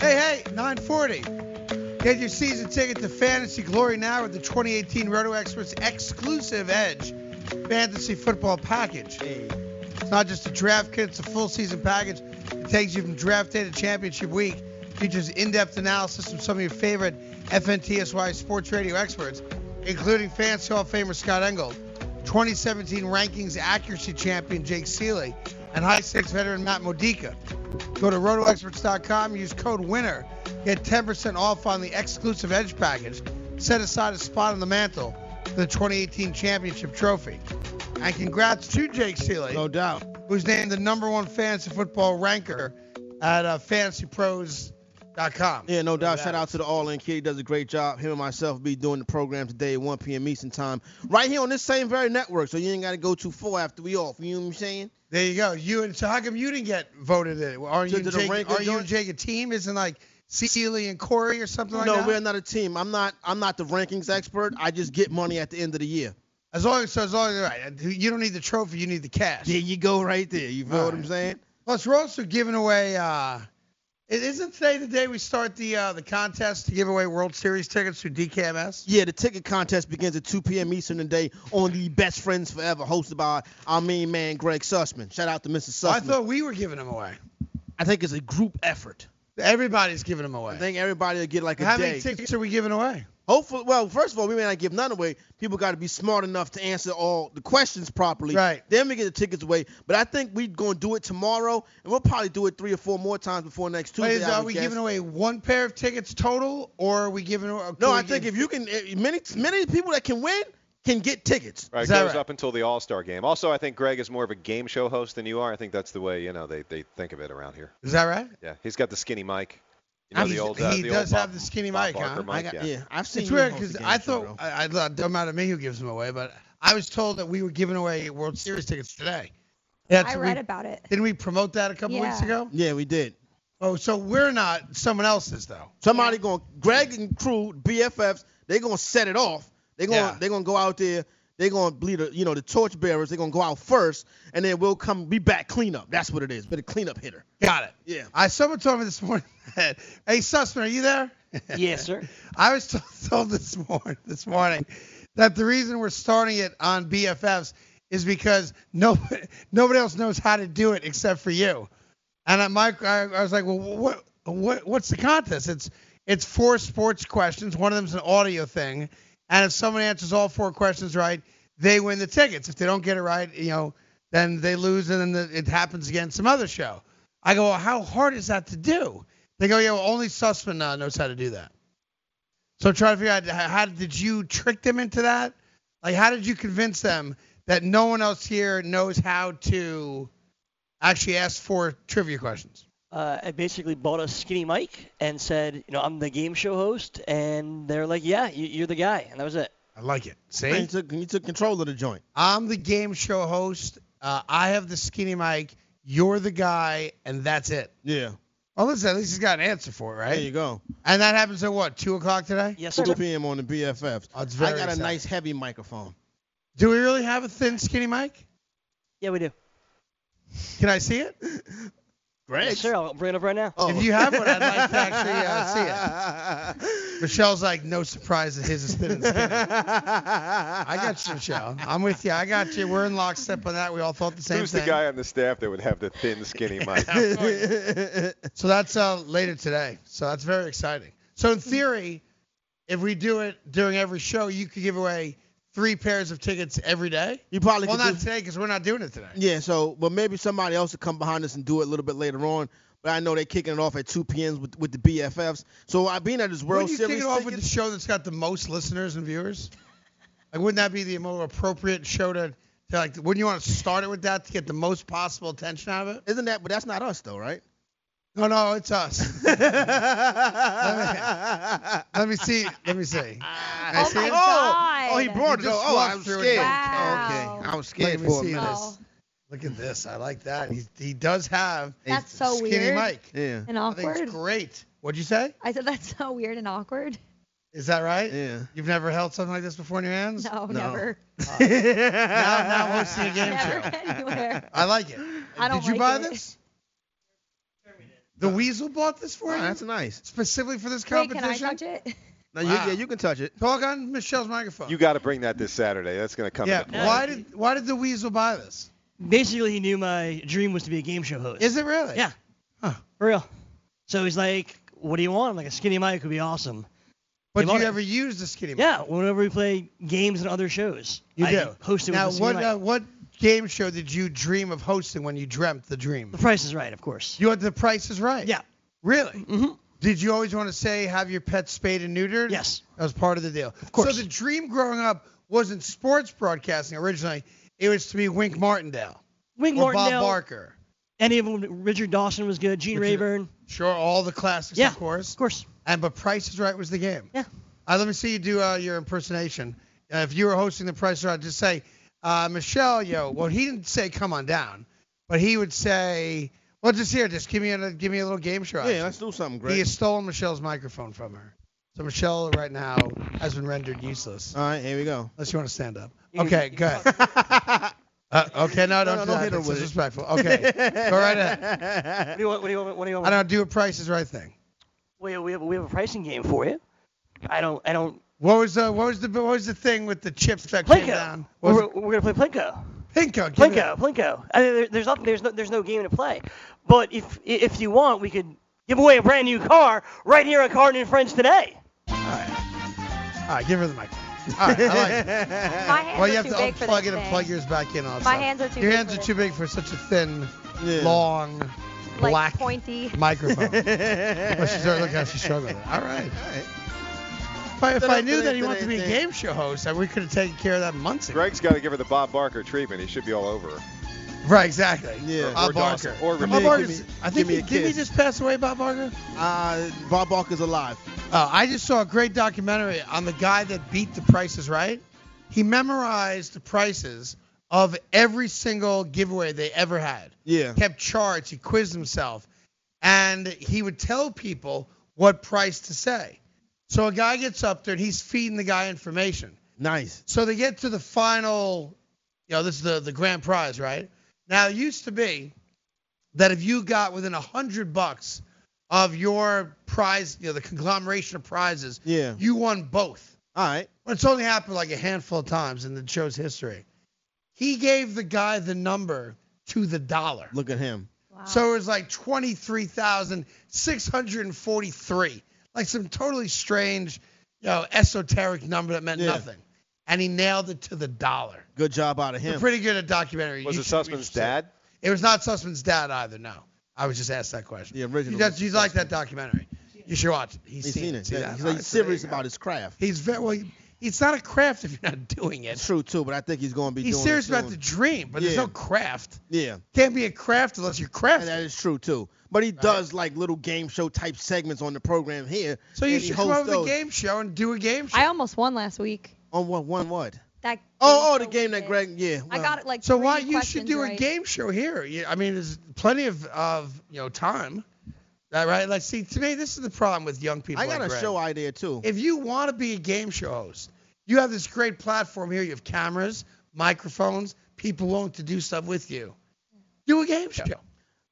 Speaker 1: Hey, hey, 940. Get your season ticket to Fantasy Glory now with the 2018 Roto Experts exclusive Edge Fantasy Football Package. It's not just a draft kit, it's a full season package. It takes you from draft day to championship week. Features in depth analysis from some of your favorite FNTSY sports radio experts, including Fantasy Hall of Famer Scott Engold, 2017 Rankings Accuracy Champion Jake Seeley, and High Stakes veteran Matt Modica. Go to rotoexperts.com, use code WINNER, get 10% off on the exclusive Edge package, set aside a spot on the mantle for the 2018 championship trophy. And congrats to Jake Seeley. No doubt. Who's named the number one fantasy football ranker at uh, fantasypros.com.
Speaker 6: Yeah, no doubt. Shout out to the All In Kid. He does a great job. Him and myself be doing the program today at 1 p.m. Eastern Time, right here on this same very network. So you ain't got to go too full after we off. You know what I'm saying?
Speaker 1: There you go. You and so how come you didn't get voted in? Are you
Speaker 6: To- to the
Speaker 1: and Jake,
Speaker 6: ranker
Speaker 1: are you
Speaker 6: joint?
Speaker 1: and Jake a team? Isn't like Sealy and Corey or something like
Speaker 6: no,
Speaker 1: that?
Speaker 6: we're not a team. I'm not. I'm not the rankings expert. I just get money at the end of the year.
Speaker 1: As long as, so as long as right, you don't need the trophy, you need the cash.
Speaker 6: There you go, right there. You feel what I'm saying?
Speaker 1: Plus, we're also giving away. Uh, it isn't today the day we start the uh, the contest to give away World Series tickets to DKMS.
Speaker 6: Yeah, the ticket contest begins at 2 p.m. Eastern today on the Best Friends Forever, hosted by our main man Greg Sussman. Shout out to Mr. Sussman.
Speaker 1: I thought we were giving them away.
Speaker 6: I think it's a group effort.
Speaker 1: Everybody's giving them away.
Speaker 6: I think everybody will get like a
Speaker 1: How
Speaker 6: day.
Speaker 1: many tickets are we giving away?
Speaker 6: Hopefully, well, first of all, we may not give none away. People got to be smart enough to answer all the questions properly.
Speaker 1: Right.
Speaker 6: Then we get the tickets away. But I think we're going to do it tomorrow, and we'll probably do it three or four more times before next Tuesday.
Speaker 1: Wait, is-
Speaker 6: I
Speaker 1: are
Speaker 6: would
Speaker 1: we
Speaker 6: guess.
Speaker 1: giving away one pair of tickets total, or are we giving? Or
Speaker 6: No, I think if you can, eh, many many people that can win can get tickets.
Speaker 2: Right, it goes up until the All Star game. Also, I think Greg is more of a game show host than you are. I think that's the way you know they, they think of it around here.
Speaker 1: Is that right?
Speaker 2: Yeah, he's got the skinny mic. You know,
Speaker 1: He's-
Speaker 2: the old, uh,
Speaker 1: he
Speaker 2: the
Speaker 1: does
Speaker 2: old
Speaker 1: have
Speaker 2: Bob-
Speaker 1: the skinny
Speaker 2: Bob
Speaker 1: mic,
Speaker 2: Barker
Speaker 1: huh?
Speaker 2: mic, yeah.
Speaker 1: It's weird because I thought I, I it don't matter to me who gives them away, but I was told that we were giving away World Series tickets today.
Speaker 11: I
Speaker 1: so
Speaker 11: read
Speaker 1: we-
Speaker 11: about it.
Speaker 1: Didn't we promote that a couple weeks
Speaker 11: Yeah.
Speaker 1: ago?
Speaker 6: Yeah, we did.
Speaker 1: Oh, so we're not. Someone else is though.
Speaker 6: Somebody going Greg and crew BFFs. They gonna set it off. They gonna
Speaker 1: Yeah.
Speaker 6: they gonna go out there. They gonna bleed the you know the torchbearers. They gonna go out first, and then we'll come be back cleanup. That's what it is. Been a cleanup hitter.
Speaker 1: Got it.
Speaker 6: Yeah.
Speaker 1: I someone told me this morning. That, hey, Sussman, are you there?
Speaker 17: Yes, sir.
Speaker 1: I was told, told this morning this morning that the reason we're starting it on BFFs is because nobody nobody else knows how to do it except for you. And I, Mike, I, I was like, well, what what what's the contest? It's it's four sports questions. One of them's an audio thing, and if someone answers all four questions right, they win the tickets. If they don't get it right, you know, then they lose, and then the, it happens again some other show. I go, well, how hard is that to do? They go, yeah, well, only Sussman uh, knows how to do that. So I'm trying to figure out how, how did you trick them into that? Like, how did you convince them that no one else here knows how to actually ask four trivia questions?
Speaker 17: Uh, I basically bought a skinny mic and said, you know, I'm the game show host, and they're like, yeah, you, you're the guy, and that was it.
Speaker 1: I like it. See,
Speaker 6: You took, you took control of the joint.
Speaker 1: I'm the game show host. Uh, I have the skinny mic. You're the guy, and that's it.
Speaker 6: Yeah.
Speaker 1: Well, listen, at least he's got an answer for it, right?
Speaker 6: There you go.
Speaker 1: And that happens at what, two o'clock today?
Speaker 17: Yes,
Speaker 6: 2 p.m. on the BFFs.
Speaker 1: Oh, it's
Speaker 6: I
Speaker 1: very
Speaker 6: got
Speaker 1: exciting.
Speaker 6: a nice heavy microphone.
Speaker 1: Do we really have a thin skinny mic?
Speaker 17: Yeah, we do.
Speaker 1: Can I see it?
Speaker 6: Great.
Speaker 17: Yes, sir. I'll bring it up right now.
Speaker 1: If you have one, I'd like to actually uh, see it. Michelle's like, no surprise that his is thin and skinny. I got you, Michelle. I'm with you. I got you. We're in lockstep on that. We all thought the same
Speaker 2: Who's
Speaker 1: thing.
Speaker 2: the guy on the staff that would have the thin, skinny mic?
Speaker 1: so that's uh, later today. So that's very exciting. So in theory, if we do it during every show, you could give away three pairs of tickets every day.
Speaker 6: You probably
Speaker 1: well
Speaker 6: could
Speaker 1: not
Speaker 6: do-
Speaker 1: today because we're not doing it today.
Speaker 6: Yeah, so but maybe somebody else will come behind us and do it a little bit later on. But I know they're kicking it off at 2 p.m. with, with the BFFs. So I being at this World
Speaker 1: Wouldn't you
Speaker 6: Series,
Speaker 1: kick it off with the show that's got the most listeners and viewers? Like, wouldn't that be the more appropriate show to, to like? Wouldn't you want to start it with that to get the most possible attention out of it?
Speaker 6: Isn't that? But that's not us though, right?
Speaker 1: No, no, it's us. let, me, let me see. Let me see.
Speaker 6: Oh
Speaker 1: see
Speaker 6: my
Speaker 1: it?
Speaker 6: God. Oh, he brought it.
Speaker 1: just
Speaker 6: Oh, I
Speaker 1: walked
Speaker 6: was
Speaker 1: through it.
Speaker 6: scared. Wow. Okay, I was scared
Speaker 1: Let me
Speaker 6: for a
Speaker 1: see
Speaker 6: minute.
Speaker 1: this. Look at this. I like that. He, he does have
Speaker 11: That's
Speaker 1: a
Speaker 11: so
Speaker 1: skinny
Speaker 11: weird
Speaker 1: mic.
Speaker 6: Yeah.
Speaker 11: and
Speaker 1: I think
Speaker 11: awkward.
Speaker 1: it's great. What'd you say?
Speaker 11: I said that's so weird and awkward.
Speaker 1: Is that right?
Speaker 6: Yeah.
Speaker 1: You've never held something like this before in your hands?
Speaker 11: No, never.
Speaker 1: Now, now I'm hosting a game
Speaker 11: Never
Speaker 1: show.
Speaker 11: anywhere.
Speaker 1: I like it.
Speaker 11: I don't
Speaker 1: Did you
Speaker 11: like
Speaker 1: buy
Speaker 11: it.
Speaker 1: this? The weasel bought this for you?
Speaker 6: that's nice.
Speaker 1: Specifically for this
Speaker 11: Wait,
Speaker 1: competition?
Speaker 11: can I touch it?
Speaker 6: Now you,
Speaker 1: Wow.
Speaker 6: yeah, you can touch it.
Speaker 1: Talk on Michelle's microphone.
Speaker 2: You got to bring that this Saturday. That's going to come.
Speaker 1: yeah.
Speaker 2: into play.
Speaker 1: Why did Why did the weasel buy this?
Speaker 17: Basically, he knew my dream was to be a game show host.
Speaker 1: Is it really?
Speaker 17: Yeah. For real. So he's like, what do you want? I'm like, a skinny mic would be awesome.
Speaker 1: But
Speaker 17: He
Speaker 1: do
Speaker 17: bought
Speaker 1: you
Speaker 17: it.
Speaker 1: ever use the skinny mic?
Speaker 17: Yeah, whenever we play games and other shows.
Speaker 1: You
Speaker 17: I
Speaker 1: do.
Speaker 17: Host it
Speaker 1: now,
Speaker 17: with a skinny
Speaker 1: what
Speaker 17: mic.
Speaker 1: uh, what game show did you dream of hosting when you dreamt the dream?
Speaker 17: The Price is Right, of course.
Speaker 1: You had The Price is Right.
Speaker 17: Yeah.
Speaker 1: Really?
Speaker 17: Mm-hmm.
Speaker 1: Did you always want to say have your pet spayed and neutered?
Speaker 17: Yes.
Speaker 1: That was part of the deal. Of
Speaker 17: course.
Speaker 1: So the dream growing up wasn't sports broadcasting originally. It was to be Wink Martindale.
Speaker 17: Wing
Speaker 1: or
Speaker 17: Martindale.
Speaker 1: Bob Barker.
Speaker 17: Any of them. Richard Dawson was good. Gene
Speaker 1: Richard-
Speaker 17: Rayburn.
Speaker 1: Sure, all the classics,
Speaker 17: Yeah,
Speaker 1: of course. Of
Speaker 17: course.
Speaker 1: And but Price is Right was the game.
Speaker 17: Yeah.
Speaker 1: Uh, let me see you do uh, your impersonation. Uh, if you were hosting the Price is Right, just say, uh, Michelle, yo. Well, he didn't say come on down, but he would say, Well, just here, just give me a give me a little game show.
Speaker 6: Yeah,
Speaker 1: action.
Speaker 6: let's do something, Greg.
Speaker 1: He has stolen Michelle's microphone from her, so Michelle right now has been rendered useless.
Speaker 6: All right, here we go.
Speaker 1: Unless you want to stand up.
Speaker 6: You can-
Speaker 1: Okay,
Speaker 6: you
Speaker 1: good. uh, okay,
Speaker 6: No, no,
Speaker 1: no, don't do
Speaker 6: don't
Speaker 1: that.
Speaker 6: hit her
Speaker 1: That's
Speaker 6: with it.
Speaker 1: disrespectful. Okay, go right ahead.
Speaker 17: What do you want? What do you want? What do you want?
Speaker 1: I don't do a Price is Right thing.
Speaker 17: We, we, have, we have a pricing game for you. I don't. I don't.
Speaker 1: What was the what was the what was the thing with the chips that came down?
Speaker 17: Plinko.
Speaker 1: What was
Speaker 17: We're, we're gonna play Plinko.
Speaker 1: it? Plinko. give me
Speaker 17: Plinko. Plinko. I mean, there, there's nothing. There's no. There's no game to play. But if if you want, we could give away a brand new car right here at Cardin and Friends today.
Speaker 1: that. All right, give her the mic. All right, I like it.
Speaker 11: My hands
Speaker 1: well,
Speaker 11: are
Speaker 1: you have
Speaker 11: too
Speaker 1: to
Speaker 11: big for
Speaker 1: unplug
Speaker 11: this
Speaker 1: it and
Speaker 11: thing.
Speaker 1: plug yours back in. Also,
Speaker 11: My hands are too
Speaker 1: Your
Speaker 11: big
Speaker 1: hands
Speaker 11: for
Speaker 1: are
Speaker 11: this.
Speaker 1: too big for such a thin, long,
Speaker 11: Like
Speaker 1: black
Speaker 11: pointy.
Speaker 1: microphone. well, she's already looking how she's struggling. with it. All right. If I, if I knew that he wanted to be a game show host, I, we could have taken care of that months ago.
Speaker 2: Greg's got to give her the Bob Barker treatment. He should be all over her.
Speaker 1: Right, exactly.
Speaker 6: Yeah.
Speaker 1: Bob
Speaker 2: or
Speaker 1: Barker.
Speaker 2: Dawson, or
Speaker 1: Bob
Speaker 2: Renee.
Speaker 1: Barker's-
Speaker 6: Give me-
Speaker 1: I
Speaker 6: give
Speaker 1: think
Speaker 6: me
Speaker 1: he,
Speaker 6: a
Speaker 1: did he
Speaker 6: kiss.
Speaker 1: just pass away, Bob Barker?
Speaker 6: Uh, Bob Barker's alive.
Speaker 1: Uh, I just saw a great documentary on the guy that beat the prices right. He memorized the prices of every single giveaway they ever had.
Speaker 6: Yeah.
Speaker 1: Kept charts, he quizzed himself, and he would tell people what price to say. So a guy gets up there and he's feeding the guy information.
Speaker 6: Nice.
Speaker 1: So they get to the final, you know, this is the, the grand prize, right? Now, it used to be that if you got within a hundred bucks of your prize, you know, the conglomeration of prizes,
Speaker 6: Yeah.
Speaker 1: you won both.
Speaker 6: All right.
Speaker 1: But it's only happened like a handful of times in the show's history. He gave the guy the number to the dollar.
Speaker 6: Look at him.
Speaker 1: So it was like 23,643. Like some totally strange, you know, esoteric number that meant
Speaker 6: Yeah.
Speaker 1: nothing. And he nailed it to the dollar.
Speaker 6: Good job out of
Speaker 1: We're
Speaker 6: him.
Speaker 1: pretty good at documentary.
Speaker 2: Was
Speaker 1: You
Speaker 2: it
Speaker 1: should- we
Speaker 2: Sussman's
Speaker 1: should see it.
Speaker 2: dad?
Speaker 1: It was not Sussman's dad either, no. I was just asked that question.
Speaker 6: The
Speaker 1: You,
Speaker 6: original.
Speaker 1: just, you like that documentary. You should watch it. He's,
Speaker 6: He's seen it.
Speaker 1: See
Speaker 6: yeah.
Speaker 1: that?
Speaker 6: He's
Speaker 1: All
Speaker 6: like
Speaker 1: right, so there
Speaker 6: serious
Speaker 1: you go.
Speaker 6: about his craft.
Speaker 1: He's very well. he- It's not a craft if you're not doing it.
Speaker 6: It's true too, but I think he's going to be.
Speaker 1: He's
Speaker 6: doing
Speaker 1: serious
Speaker 6: it soon.
Speaker 1: about the dream, but there's
Speaker 6: Yeah.
Speaker 1: no craft.
Speaker 6: Yeah.
Speaker 1: Can't be a craft unless you're
Speaker 6: And
Speaker 1: crafty.
Speaker 6: that is true too. But he does like little game show type segments on the program here.
Speaker 1: So you
Speaker 6: and he
Speaker 1: should come up
Speaker 6: hosts
Speaker 1: with a
Speaker 6: those.
Speaker 1: game show and do a game show.
Speaker 11: I almost won last week.
Speaker 6: On what one what?
Speaker 11: That.
Speaker 6: Oh, oh, the
Speaker 11: we
Speaker 6: game that
Speaker 11: did.
Speaker 6: Greg. Yeah.
Speaker 11: I
Speaker 6: well,
Speaker 11: got it like.
Speaker 1: so
Speaker 11: three
Speaker 1: why you should
Speaker 11: questions
Speaker 1: do a
Speaker 11: right.
Speaker 1: game show here? You- I mean, there's plenty of of you know time. That right? Like, see, to me, this is the problem with young people.
Speaker 6: I got a
Speaker 1: like Greg.
Speaker 6: show idea too.
Speaker 1: If you want to be a game show host, you have this great platform here. You have cameras, microphones, people willing to do stuff with you. Do a game show.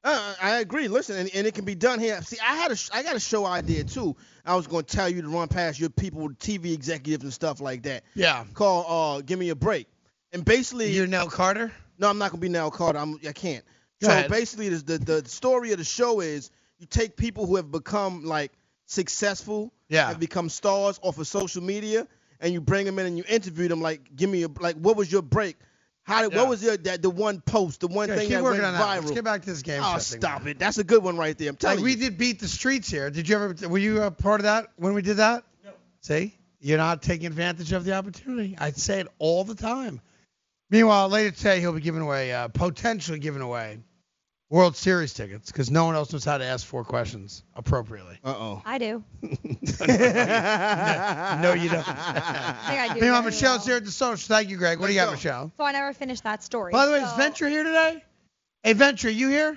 Speaker 6: Uh, I agree. Listen, and, and it can be done here. See, I had a sh- I got a show idea too. I was going to tell you to run past your people, TV executives and stuff like that.
Speaker 1: Yeah.
Speaker 6: Call uh, give me a break. And basically,
Speaker 1: You're Nell Carter.
Speaker 6: No, I'm not gonna be Nell Carter. I'm, I can't.
Speaker 1: Go
Speaker 6: so
Speaker 1: ahead.
Speaker 6: basically, the, the the story of the show is you take people who have become like successful,
Speaker 1: Yeah.
Speaker 6: have become stars off of social media, and you bring them in and you interview them. Like, give me a like, what was your break? How did,
Speaker 1: Yeah.
Speaker 6: what was your that the one post, the one
Speaker 1: Yeah,
Speaker 6: thing
Speaker 1: keep
Speaker 6: that went
Speaker 1: working on that.
Speaker 6: viral?
Speaker 1: Let's get back to this game
Speaker 6: oh,
Speaker 1: show thing,
Speaker 6: stop
Speaker 1: man.
Speaker 6: it. That's a good one right there. I'm telling
Speaker 1: Like we
Speaker 6: you.
Speaker 1: did beat the streets here. Did you ever? Were you a part of that when we did that? No. See, you're not taking advantage of the opportunity. I say it all the time. Meanwhile, later today he'll be giving away, uh, potentially giving away, World Series tickets because no one else knows how to ask four questions appropriately.
Speaker 6: Uh oh.
Speaker 11: I do.
Speaker 1: no, you don't.
Speaker 11: I think I do.
Speaker 1: Meanwhile,
Speaker 11: very
Speaker 1: Michelle's
Speaker 11: well.
Speaker 1: here at the social. Thank you, Greg. What do you got, Michelle?
Speaker 11: So I never finished that story.
Speaker 1: By the way,
Speaker 11: so
Speaker 1: is Venture here today? Hey, Venture, you here?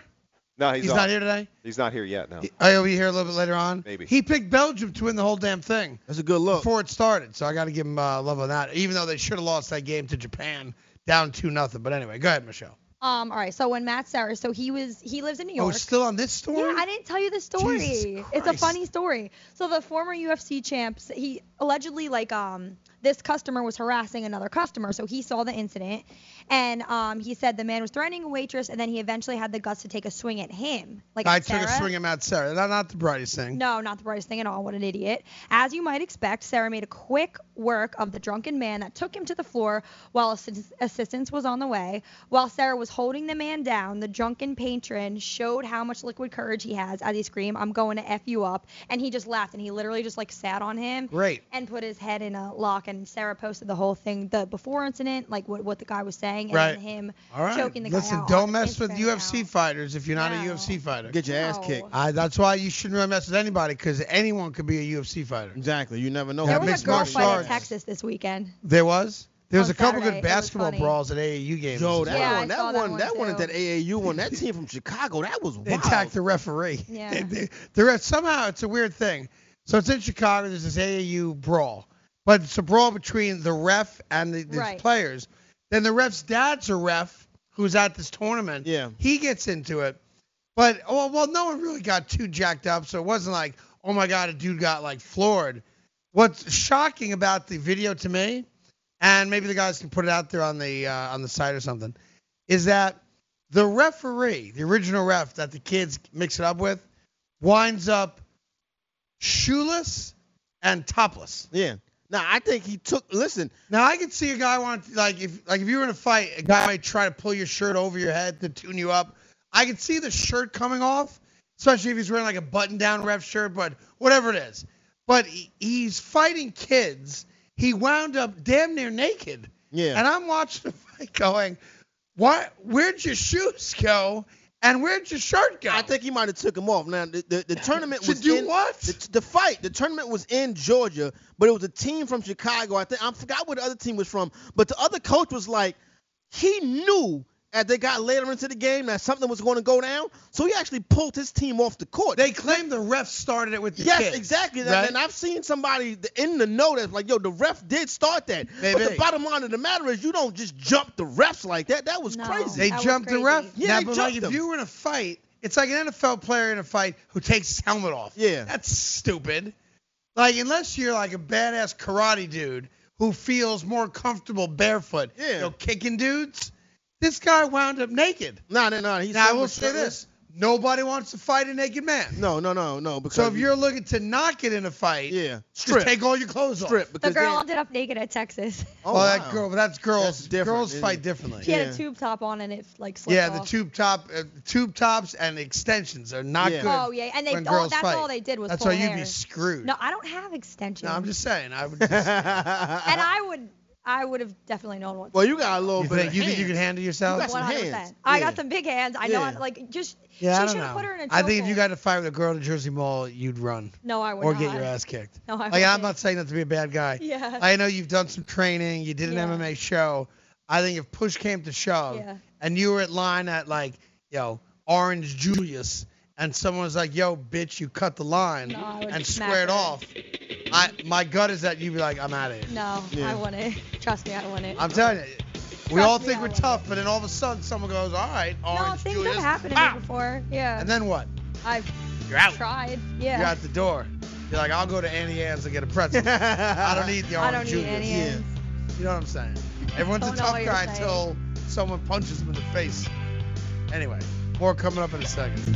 Speaker 2: No, he's,
Speaker 1: He's
Speaker 2: off.
Speaker 1: not here today.
Speaker 2: He's not here yet. No.
Speaker 1: Oh, he'll be here a little bit later on.
Speaker 2: Maybe.
Speaker 1: He picked Belgium to win the whole damn thing.
Speaker 6: That's a good look.
Speaker 1: before it started. So I got to give him uh, love on that, even though they should have lost that game to Japan down two nothing. But anyway, go ahead, Michelle.
Speaker 11: Um. All right. So when Matt Sarah, so he was he lives in New
Speaker 1: Oh,
Speaker 11: York.
Speaker 1: we're still on this story.
Speaker 11: Yeah, I didn't tell you the story.
Speaker 1: Jesus
Speaker 11: It's a
Speaker 1: Christ.
Speaker 11: funny story. So the former UFC champ, he allegedly like um this customer was harassing another customer, so he saw the incident, and um he said the man was threatening a waitress, and then he eventually had the guts to take a swing at him. Like
Speaker 1: I
Speaker 11: at
Speaker 1: took a
Speaker 11: Sarah.
Speaker 1: swing at Matt Sarah. Not, not the brightest thing.
Speaker 11: No, not the brightest thing at all. What an idiot. As you might expect, Sarah made a quick work of the drunken man that took him to the floor while assi- assistance was on the way. While Sarah was holding the man down, the drunken patron showed how much liquid courage he has as he screamed, I'm going to F you up. And he just laughed and he literally just like sat on him
Speaker 1: Great.
Speaker 11: and put his head in a lock. And Sarah posted the whole thing, the before incident, like what, what the guy was saying, and
Speaker 1: Right.
Speaker 11: then him
Speaker 1: All right.
Speaker 11: choking the guy
Speaker 1: Listen,
Speaker 11: out.
Speaker 1: don't
Speaker 11: on
Speaker 1: mess with
Speaker 11: Instagram
Speaker 1: UFC
Speaker 11: now.
Speaker 1: fighters if you're not
Speaker 11: No.
Speaker 1: a UFC fighter.
Speaker 6: Get your ass
Speaker 11: No.
Speaker 6: kicked.
Speaker 1: I, that's why you shouldn't really mess with anybody because anyone could be a UFC fighter.
Speaker 6: Exactly. You never know.
Speaker 1: That
Speaker 11: There
Speaker 6: who
Speaker 11: was
Speaker 1: makes
Speaker 11: a girl
Speaker 1: martial
Speaker 11: fight in
Speaker 1: arts.
Speaker 11: Texas this weekend.
Speaker 1: There was. There was
Speaker 6: On
Speaker 1: a couple
Speaker 6: Saturday.
Speaker 1: good
Speaker 6: It was
Speaker 1: basketball
Speaker 6: funny.
Speaker 1: brawls at AAU games.
Speaker 6: Yo,
Speaker 1: as
Speaker 6: that
Speaker 1: well.
Speaker 6: one, that one, that, one at that AAU one, that team from Chicago, that was
Speaker 1: They
Speaker 6: wild.
Speaker 1: attacked the referee.
Speaker 6: Yeah.
Speaker 1: They- they- the ref- somehow it's a weird thing. So it's in Chicago. There's this AAU brawl, but it's a brawl between the ref and the, the
Speaker 6: Right.
Speaker 1: players. Then the ref's dad's a ref who's at this tournament.
Speaker 6: Yeah.
Speaker 1: He gets into it, but oh well, no one really got too jacked up, so it wasn't like oh my god, a dude got like floored. What's shocking about the video to me, and maybe the guys can put it out there on the uh, on the site or something, is that the referee, the original ref that the kids mix it up with, winds up shoeless and topless.
Speaker 6: Yeah. Now I think he took. Listen.
Speaker 1: Now I could see a guy want like if like if you were in a fight, a guy might try to pull your shirt over your head to tune you up. I could see the shirt coming off, especially if he's wearing like a button-down ref shirt, but whatever it is. But he, he's fighting kids. He wound up damn near naked.
Speaker 6: Yeah.
Speaker 1: And I'm watching the fight going, what? Where'd your shoes go? And where'd your shirt go?
Speaker 6: I think he might have took him off. Now the, the, the tournament
Speaker 1: To
Speaker 6: was
Speaker 1: do
Speaker 6: in,
Speaker 1: what?
Speaker 6: The, the fight, the tournament was in Georgia, but it was a team from Chicago. I think I forgot where the other team was from, but the other coach was like, he knew as they got later into the game that something was going to go down, so he actually pulled his team off the court.
Speaker 1: They claim the ref started it with the
Speaker 6: yes,
Speaker 1: kids,
Speaker 6: exactly. And-
Speaker 1: right?
Speaker 6: And I've seen somebody in the know that's like, yo, the ref did start that.
Speaker 1: Maybe.
Speaker 6: But the bottom line of the matter is, you don't just jump the refs like that. That was crazy.
Speaker 1: They jumped the ref.
Speaker 6: Yeah,
Speaker 1: Now,
Speaker 6: they
Speaker 1: but
Speaker 6: jumped him.
Speaker 1: like if you were in a fight, it's like an NFL player in a fight who takes his helmet off.
Speaker 6: Yeah.
Speaker 1: That's stupid. Like unless you're like a badass karate dude who feels more comfortable barefoot, yeah. you know, kicking dudes. This guy wound up naked.
Speaker 6: No, no, no. He's
Speaker 1: now I
Speaker 6: so
Speaker 1: will
Speaker 6: much
Speaker 1: say
Speaker 6: shirtless.
Speaker 1: this: nobody wants to fight a naked man.
Speaker 6: No, no, no, no. Because
Speaker 1: So if you're looking to knock it in a fight,
Speaker 6: yeah,
Speaker 1: just take all your clothes off.
Speaker 6: Strip,
Speaker 11: The girl ended up naked at Texas.
Speaker 1: Oh, that girl, but that's girls. girls
Speaker 6: isn't
Speaker 1: fight
Speaker 6: it?
Speaker 1: differently.
Speaker 11: She had a tube top on and it like slipped
Speaker 1: Yeah, the
Speaker 11: off.
Speaker 1: tube top, uh, tube tops and extensions are not
Speaker 11: Yeah.
Speaker 1: good.
Speaker 11: Oh, yeah, and they-
Speaker 1: when
Speaker 11: all-
Speaker 1: girls
Speaker 11: that's
Speaker 1: fight.
Speaker 11: all they did was
Speaker 1: That's
Speaker 11: pull
Speaker 1: why you'd be
Speaker 11: hair.
Speaker 1: screwed.
Speaker 11: No, I don't have extensions.
Speaker 1: No, I'm just saying. I would. Just, and
Speaker 11: and I would, I would have definitely known what.
Speaker 6: Well, you got a little
Speaker 1: You
Speaker 6: bit.
Speaker 1: think
Speaker 6: of
Speaker 1: you, think you
Speaker 6: hands.
Speaker 1: can handle yourself?
Speaker 6: You got some hands.
Speaker 11: I
Speaker 1: Yeah.
Speaker 11: got some big hands. I know.
Speaker 1: Yeah.
Speaker 11: I- Like just.
Speaker 1: Yeah, I
Speaker 11: she
Speaker 1: don't
Speaker 11: should
Speaker 1: know.
Speaker 11: have put her in a chokehold.
Speaker 1: I think if you got in a fight with a girl in a Jersey Mall, you'd run.
Speaker 11: No, I would
Speaker 1: Or get
Speaker 11: not.
Speaker 1: your ass kicked.
Speaker 11: No, I
Speaker 1: like,
Speaker 11: wouldn't.
Speaker 1: I'm not saying that to be a bad guy.
Speaker 11: Yeah.
Speaker 1: I know you've done some training. You did an MMA show. I think if push came to shove,
Speaker 11: Yeah.
Speaker 1: and you were at line at like, you know, Orange Julius, and someone was like, "Yo, bitch, you cut the line
Speaker 11: No, I would
Speaker 1: and
Speaker 11: smack
Speaker 1: squared
Speaker 11: her.
Speaker 1: off," I my gut is that you'd be like, "I'm out of here."
Speaker 11: No,
Speaker 1: Yeah.
Speaker 11: I wouldn't. Trust me, I wouldn't.
Speaker 1: I'm telling you, we
Speaker 11: Trust
Speaker 1: all
Speaker 11: me,
Speaker 1: think
Speaker 11: I
Speaker 1: we're
Speaker 11: wouldn't.
Speaker 1: tough, but then all of a sudden someone goes, "All right,
Speaker 11: No,
Speaker 1: Orange
Speaker 11: things
Speaker 1: Julius,"
Speaker 11: have happened to
Speaker 1: ah!
Speaker 11: me before. Yeah.
Speaker 1: and then what?
Speaker 11: I've
Speaker 1: You're out.
Speaker 11: tried. Yeah.
Speaker 1: You're out the door. You're like, I'll go to Annie Ann's and get a pretzel. I don't need the
Speaker 11: I
Speaker 1: orange
Speaker 11: don't need
Speaker 1: Julius.
Speaker 11: Annie Ann's.
Speaker 1: You know what I'm saying? Everyone's a
Speaker 11: Don't know
Speaker 1: tough
Speaker 11: what you're
Speaker 1: guy
Speaker 11: saying.
Speaker 1: until someone punches him in the face. Anyway, more coming up in a second.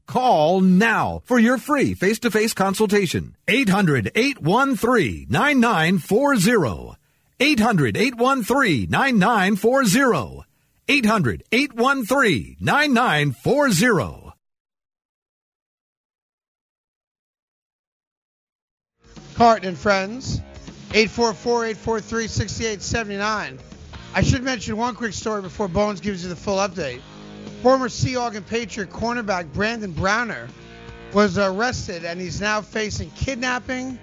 Speaker 18: Call now for your free face-to-face consultation. 800-813-9940. 800-813-9940. 800-813-9940.
Speaker 1: Carton and Friends, 844-843-6879. I should mention one quick story before Bones gives you the full update. Former Seahawk and Patriot cornerback Brandon Browner was arrested and he's now facing kidnapping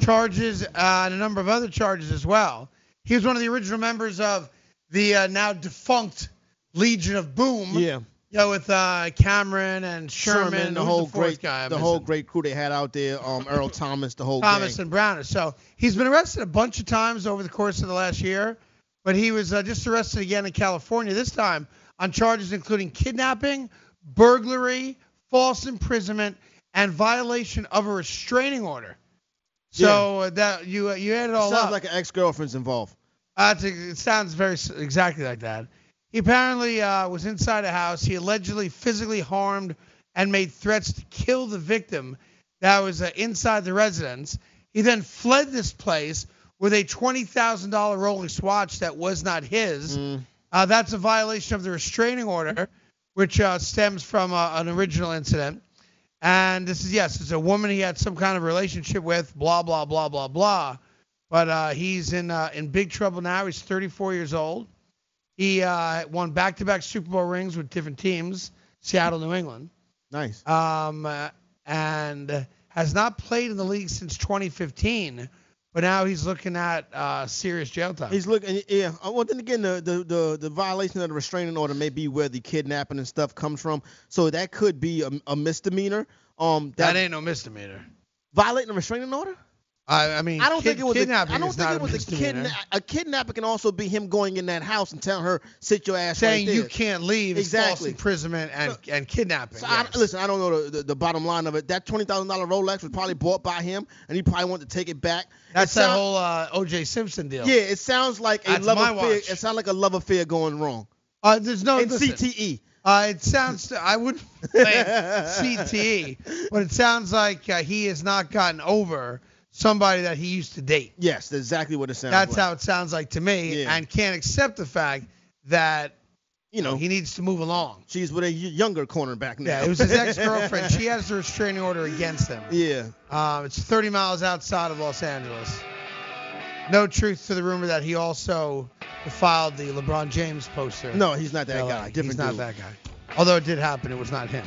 Speaker 1: charges uh, and a number of other charges as well. He was one of the original members of the uh, now defunct Legion of Boom.
Speaker 6: Yeah.
Speaker 1: You know, with uh, Cameron and Sherman,
Speaker 6: the
Speaker 1: Who's
Speaker 6: whole
Speaker 1: the fourth
Speaker 6: great
Speaker 1: guy. I'm
Speaker 6: the whole great crew they had out there. Um, Earl Thomas, the whole
Speaker 1: Thomas
Speaker 6: gang.
Speaker 1: and Browner. So he's been arrested a bunch of times over the course of the last year, but he was uh, just arrested again in California, this time on charges including kidnapping, burglary, false imprisonment, and violation of a restraining order. So uh, that you uh, you add it all
Speaker 6: Sounds
Speaker 1: up.
Speaker 6: like an ex-girlfriend's involved.
Speaker 1: Uh, it's, it sounds very s- exactly like that. He apparently uh, was inside a house. He allegedly physically harmed and made threats to kill the victim that was uh, inside the residence. He then fled this place with a $20,000 Rolex watch that was not his.
Speaker 6: Mm.
Speaker 1: Uh, that's a violation of the restraining order, which uh, stems from uh, an original incident. And this is, yes, it's a woman he had some kind of relationship with, blah, blah, blah, blah, blah. But uh, he's in uh, in big trouble now. He's 34 years old. He uh, won back-to-back Super Bowl rings with different teams, Seattle, New England.
Speaker 6: Nice.
Speaker 1: Um, uh, and has not played in the league since 2015. But now he's looking at uh, serious jail time.
Speaker 6: He's looking. Yeah. uh, Well, then again, the, the the the violation of the restraining order may be where the kidnapping and stuff comes from. So that could be a, a misdemeanor. Um,
Speaker 1: that ain't no misdemeanor.
Speaker 6: Violating a restraining order.
Speaker 1: I, I mean,
Speaker 6: I don't
Speaker 1: kid-
Speaker 6: think it was. A,
Speaker 1: kidnapping
Speaker 6: I don't
Speaker 1: is
Speaker 6: think
Speaker 1: not
Speaker 6: it was a
Speaker 1: misdemeanor.
Speaker 6: kidna- A kidnapper can also be him going in that house and telling her, "Sit your ass."
Speaker 1: Saying
Speaker 6: right there."
Speaker 1: you can't leave is false
Speaker 6: Exactly.
Speaker 1: imprisonment and, and kidnapping.
Speaker 6: So I, listen, I don't know the, the, the bottom line of it. That twenty thousand dollar Rolex was probably bought by him, and he probably wanted to take it back.
Speaker 1: That's
Speaker 6: It
Speaker 1: that
Speaker 6: sound-
Speaker 1: whole uh, O.J. Simpson deal.
Speaker 6: Yeah, it sounds like a
Speaker 1: That's
Speaker 6: love
Speaker 1: my
Speaker 6: affair.
Speaker 1: watch.
Speaker 6: It sounds like a love affair going wrong.
Speaker 1: Uh, there's no
Speaker 6: And
Speaker 1: listen.
Speaker 6: CTE.
Speaker 1: Uh, it sounds. I would blame CTE, E, but it sounds like uh, he has not gotten over somebody that he used to date.
Speaker 6: Yes, that's exactly what it sounds.
Speaker 1: That's
Speaker 6: like.
Speaker 1: how it sounds like to me,
Speaker 6: Yeah.
Speaker 1: and can't accept the fact that
Speaker 6: you know
Speaker 1: he needs to move along.
Speaker 6: She's with a y- younger cornerback now.
Speaker 1: Yeah, it was his ex-girlfriend. she has a restraining order against him.
Speaker 6: Yeah.
Speaker 1: Um, it's 30 miles outside of Los Angeles. No truth to the rumor that he also filed the LeBron James poster.
Speaker 6: No, he's not that
Speaker 1: Yeah,
Speaker 6: guy.
Speaker 1: like,
Speaker 6: Different
Speaker 1: he's not
Speaker 6: dude.
Speaker 1: that guy. Although it did happen, it was not him.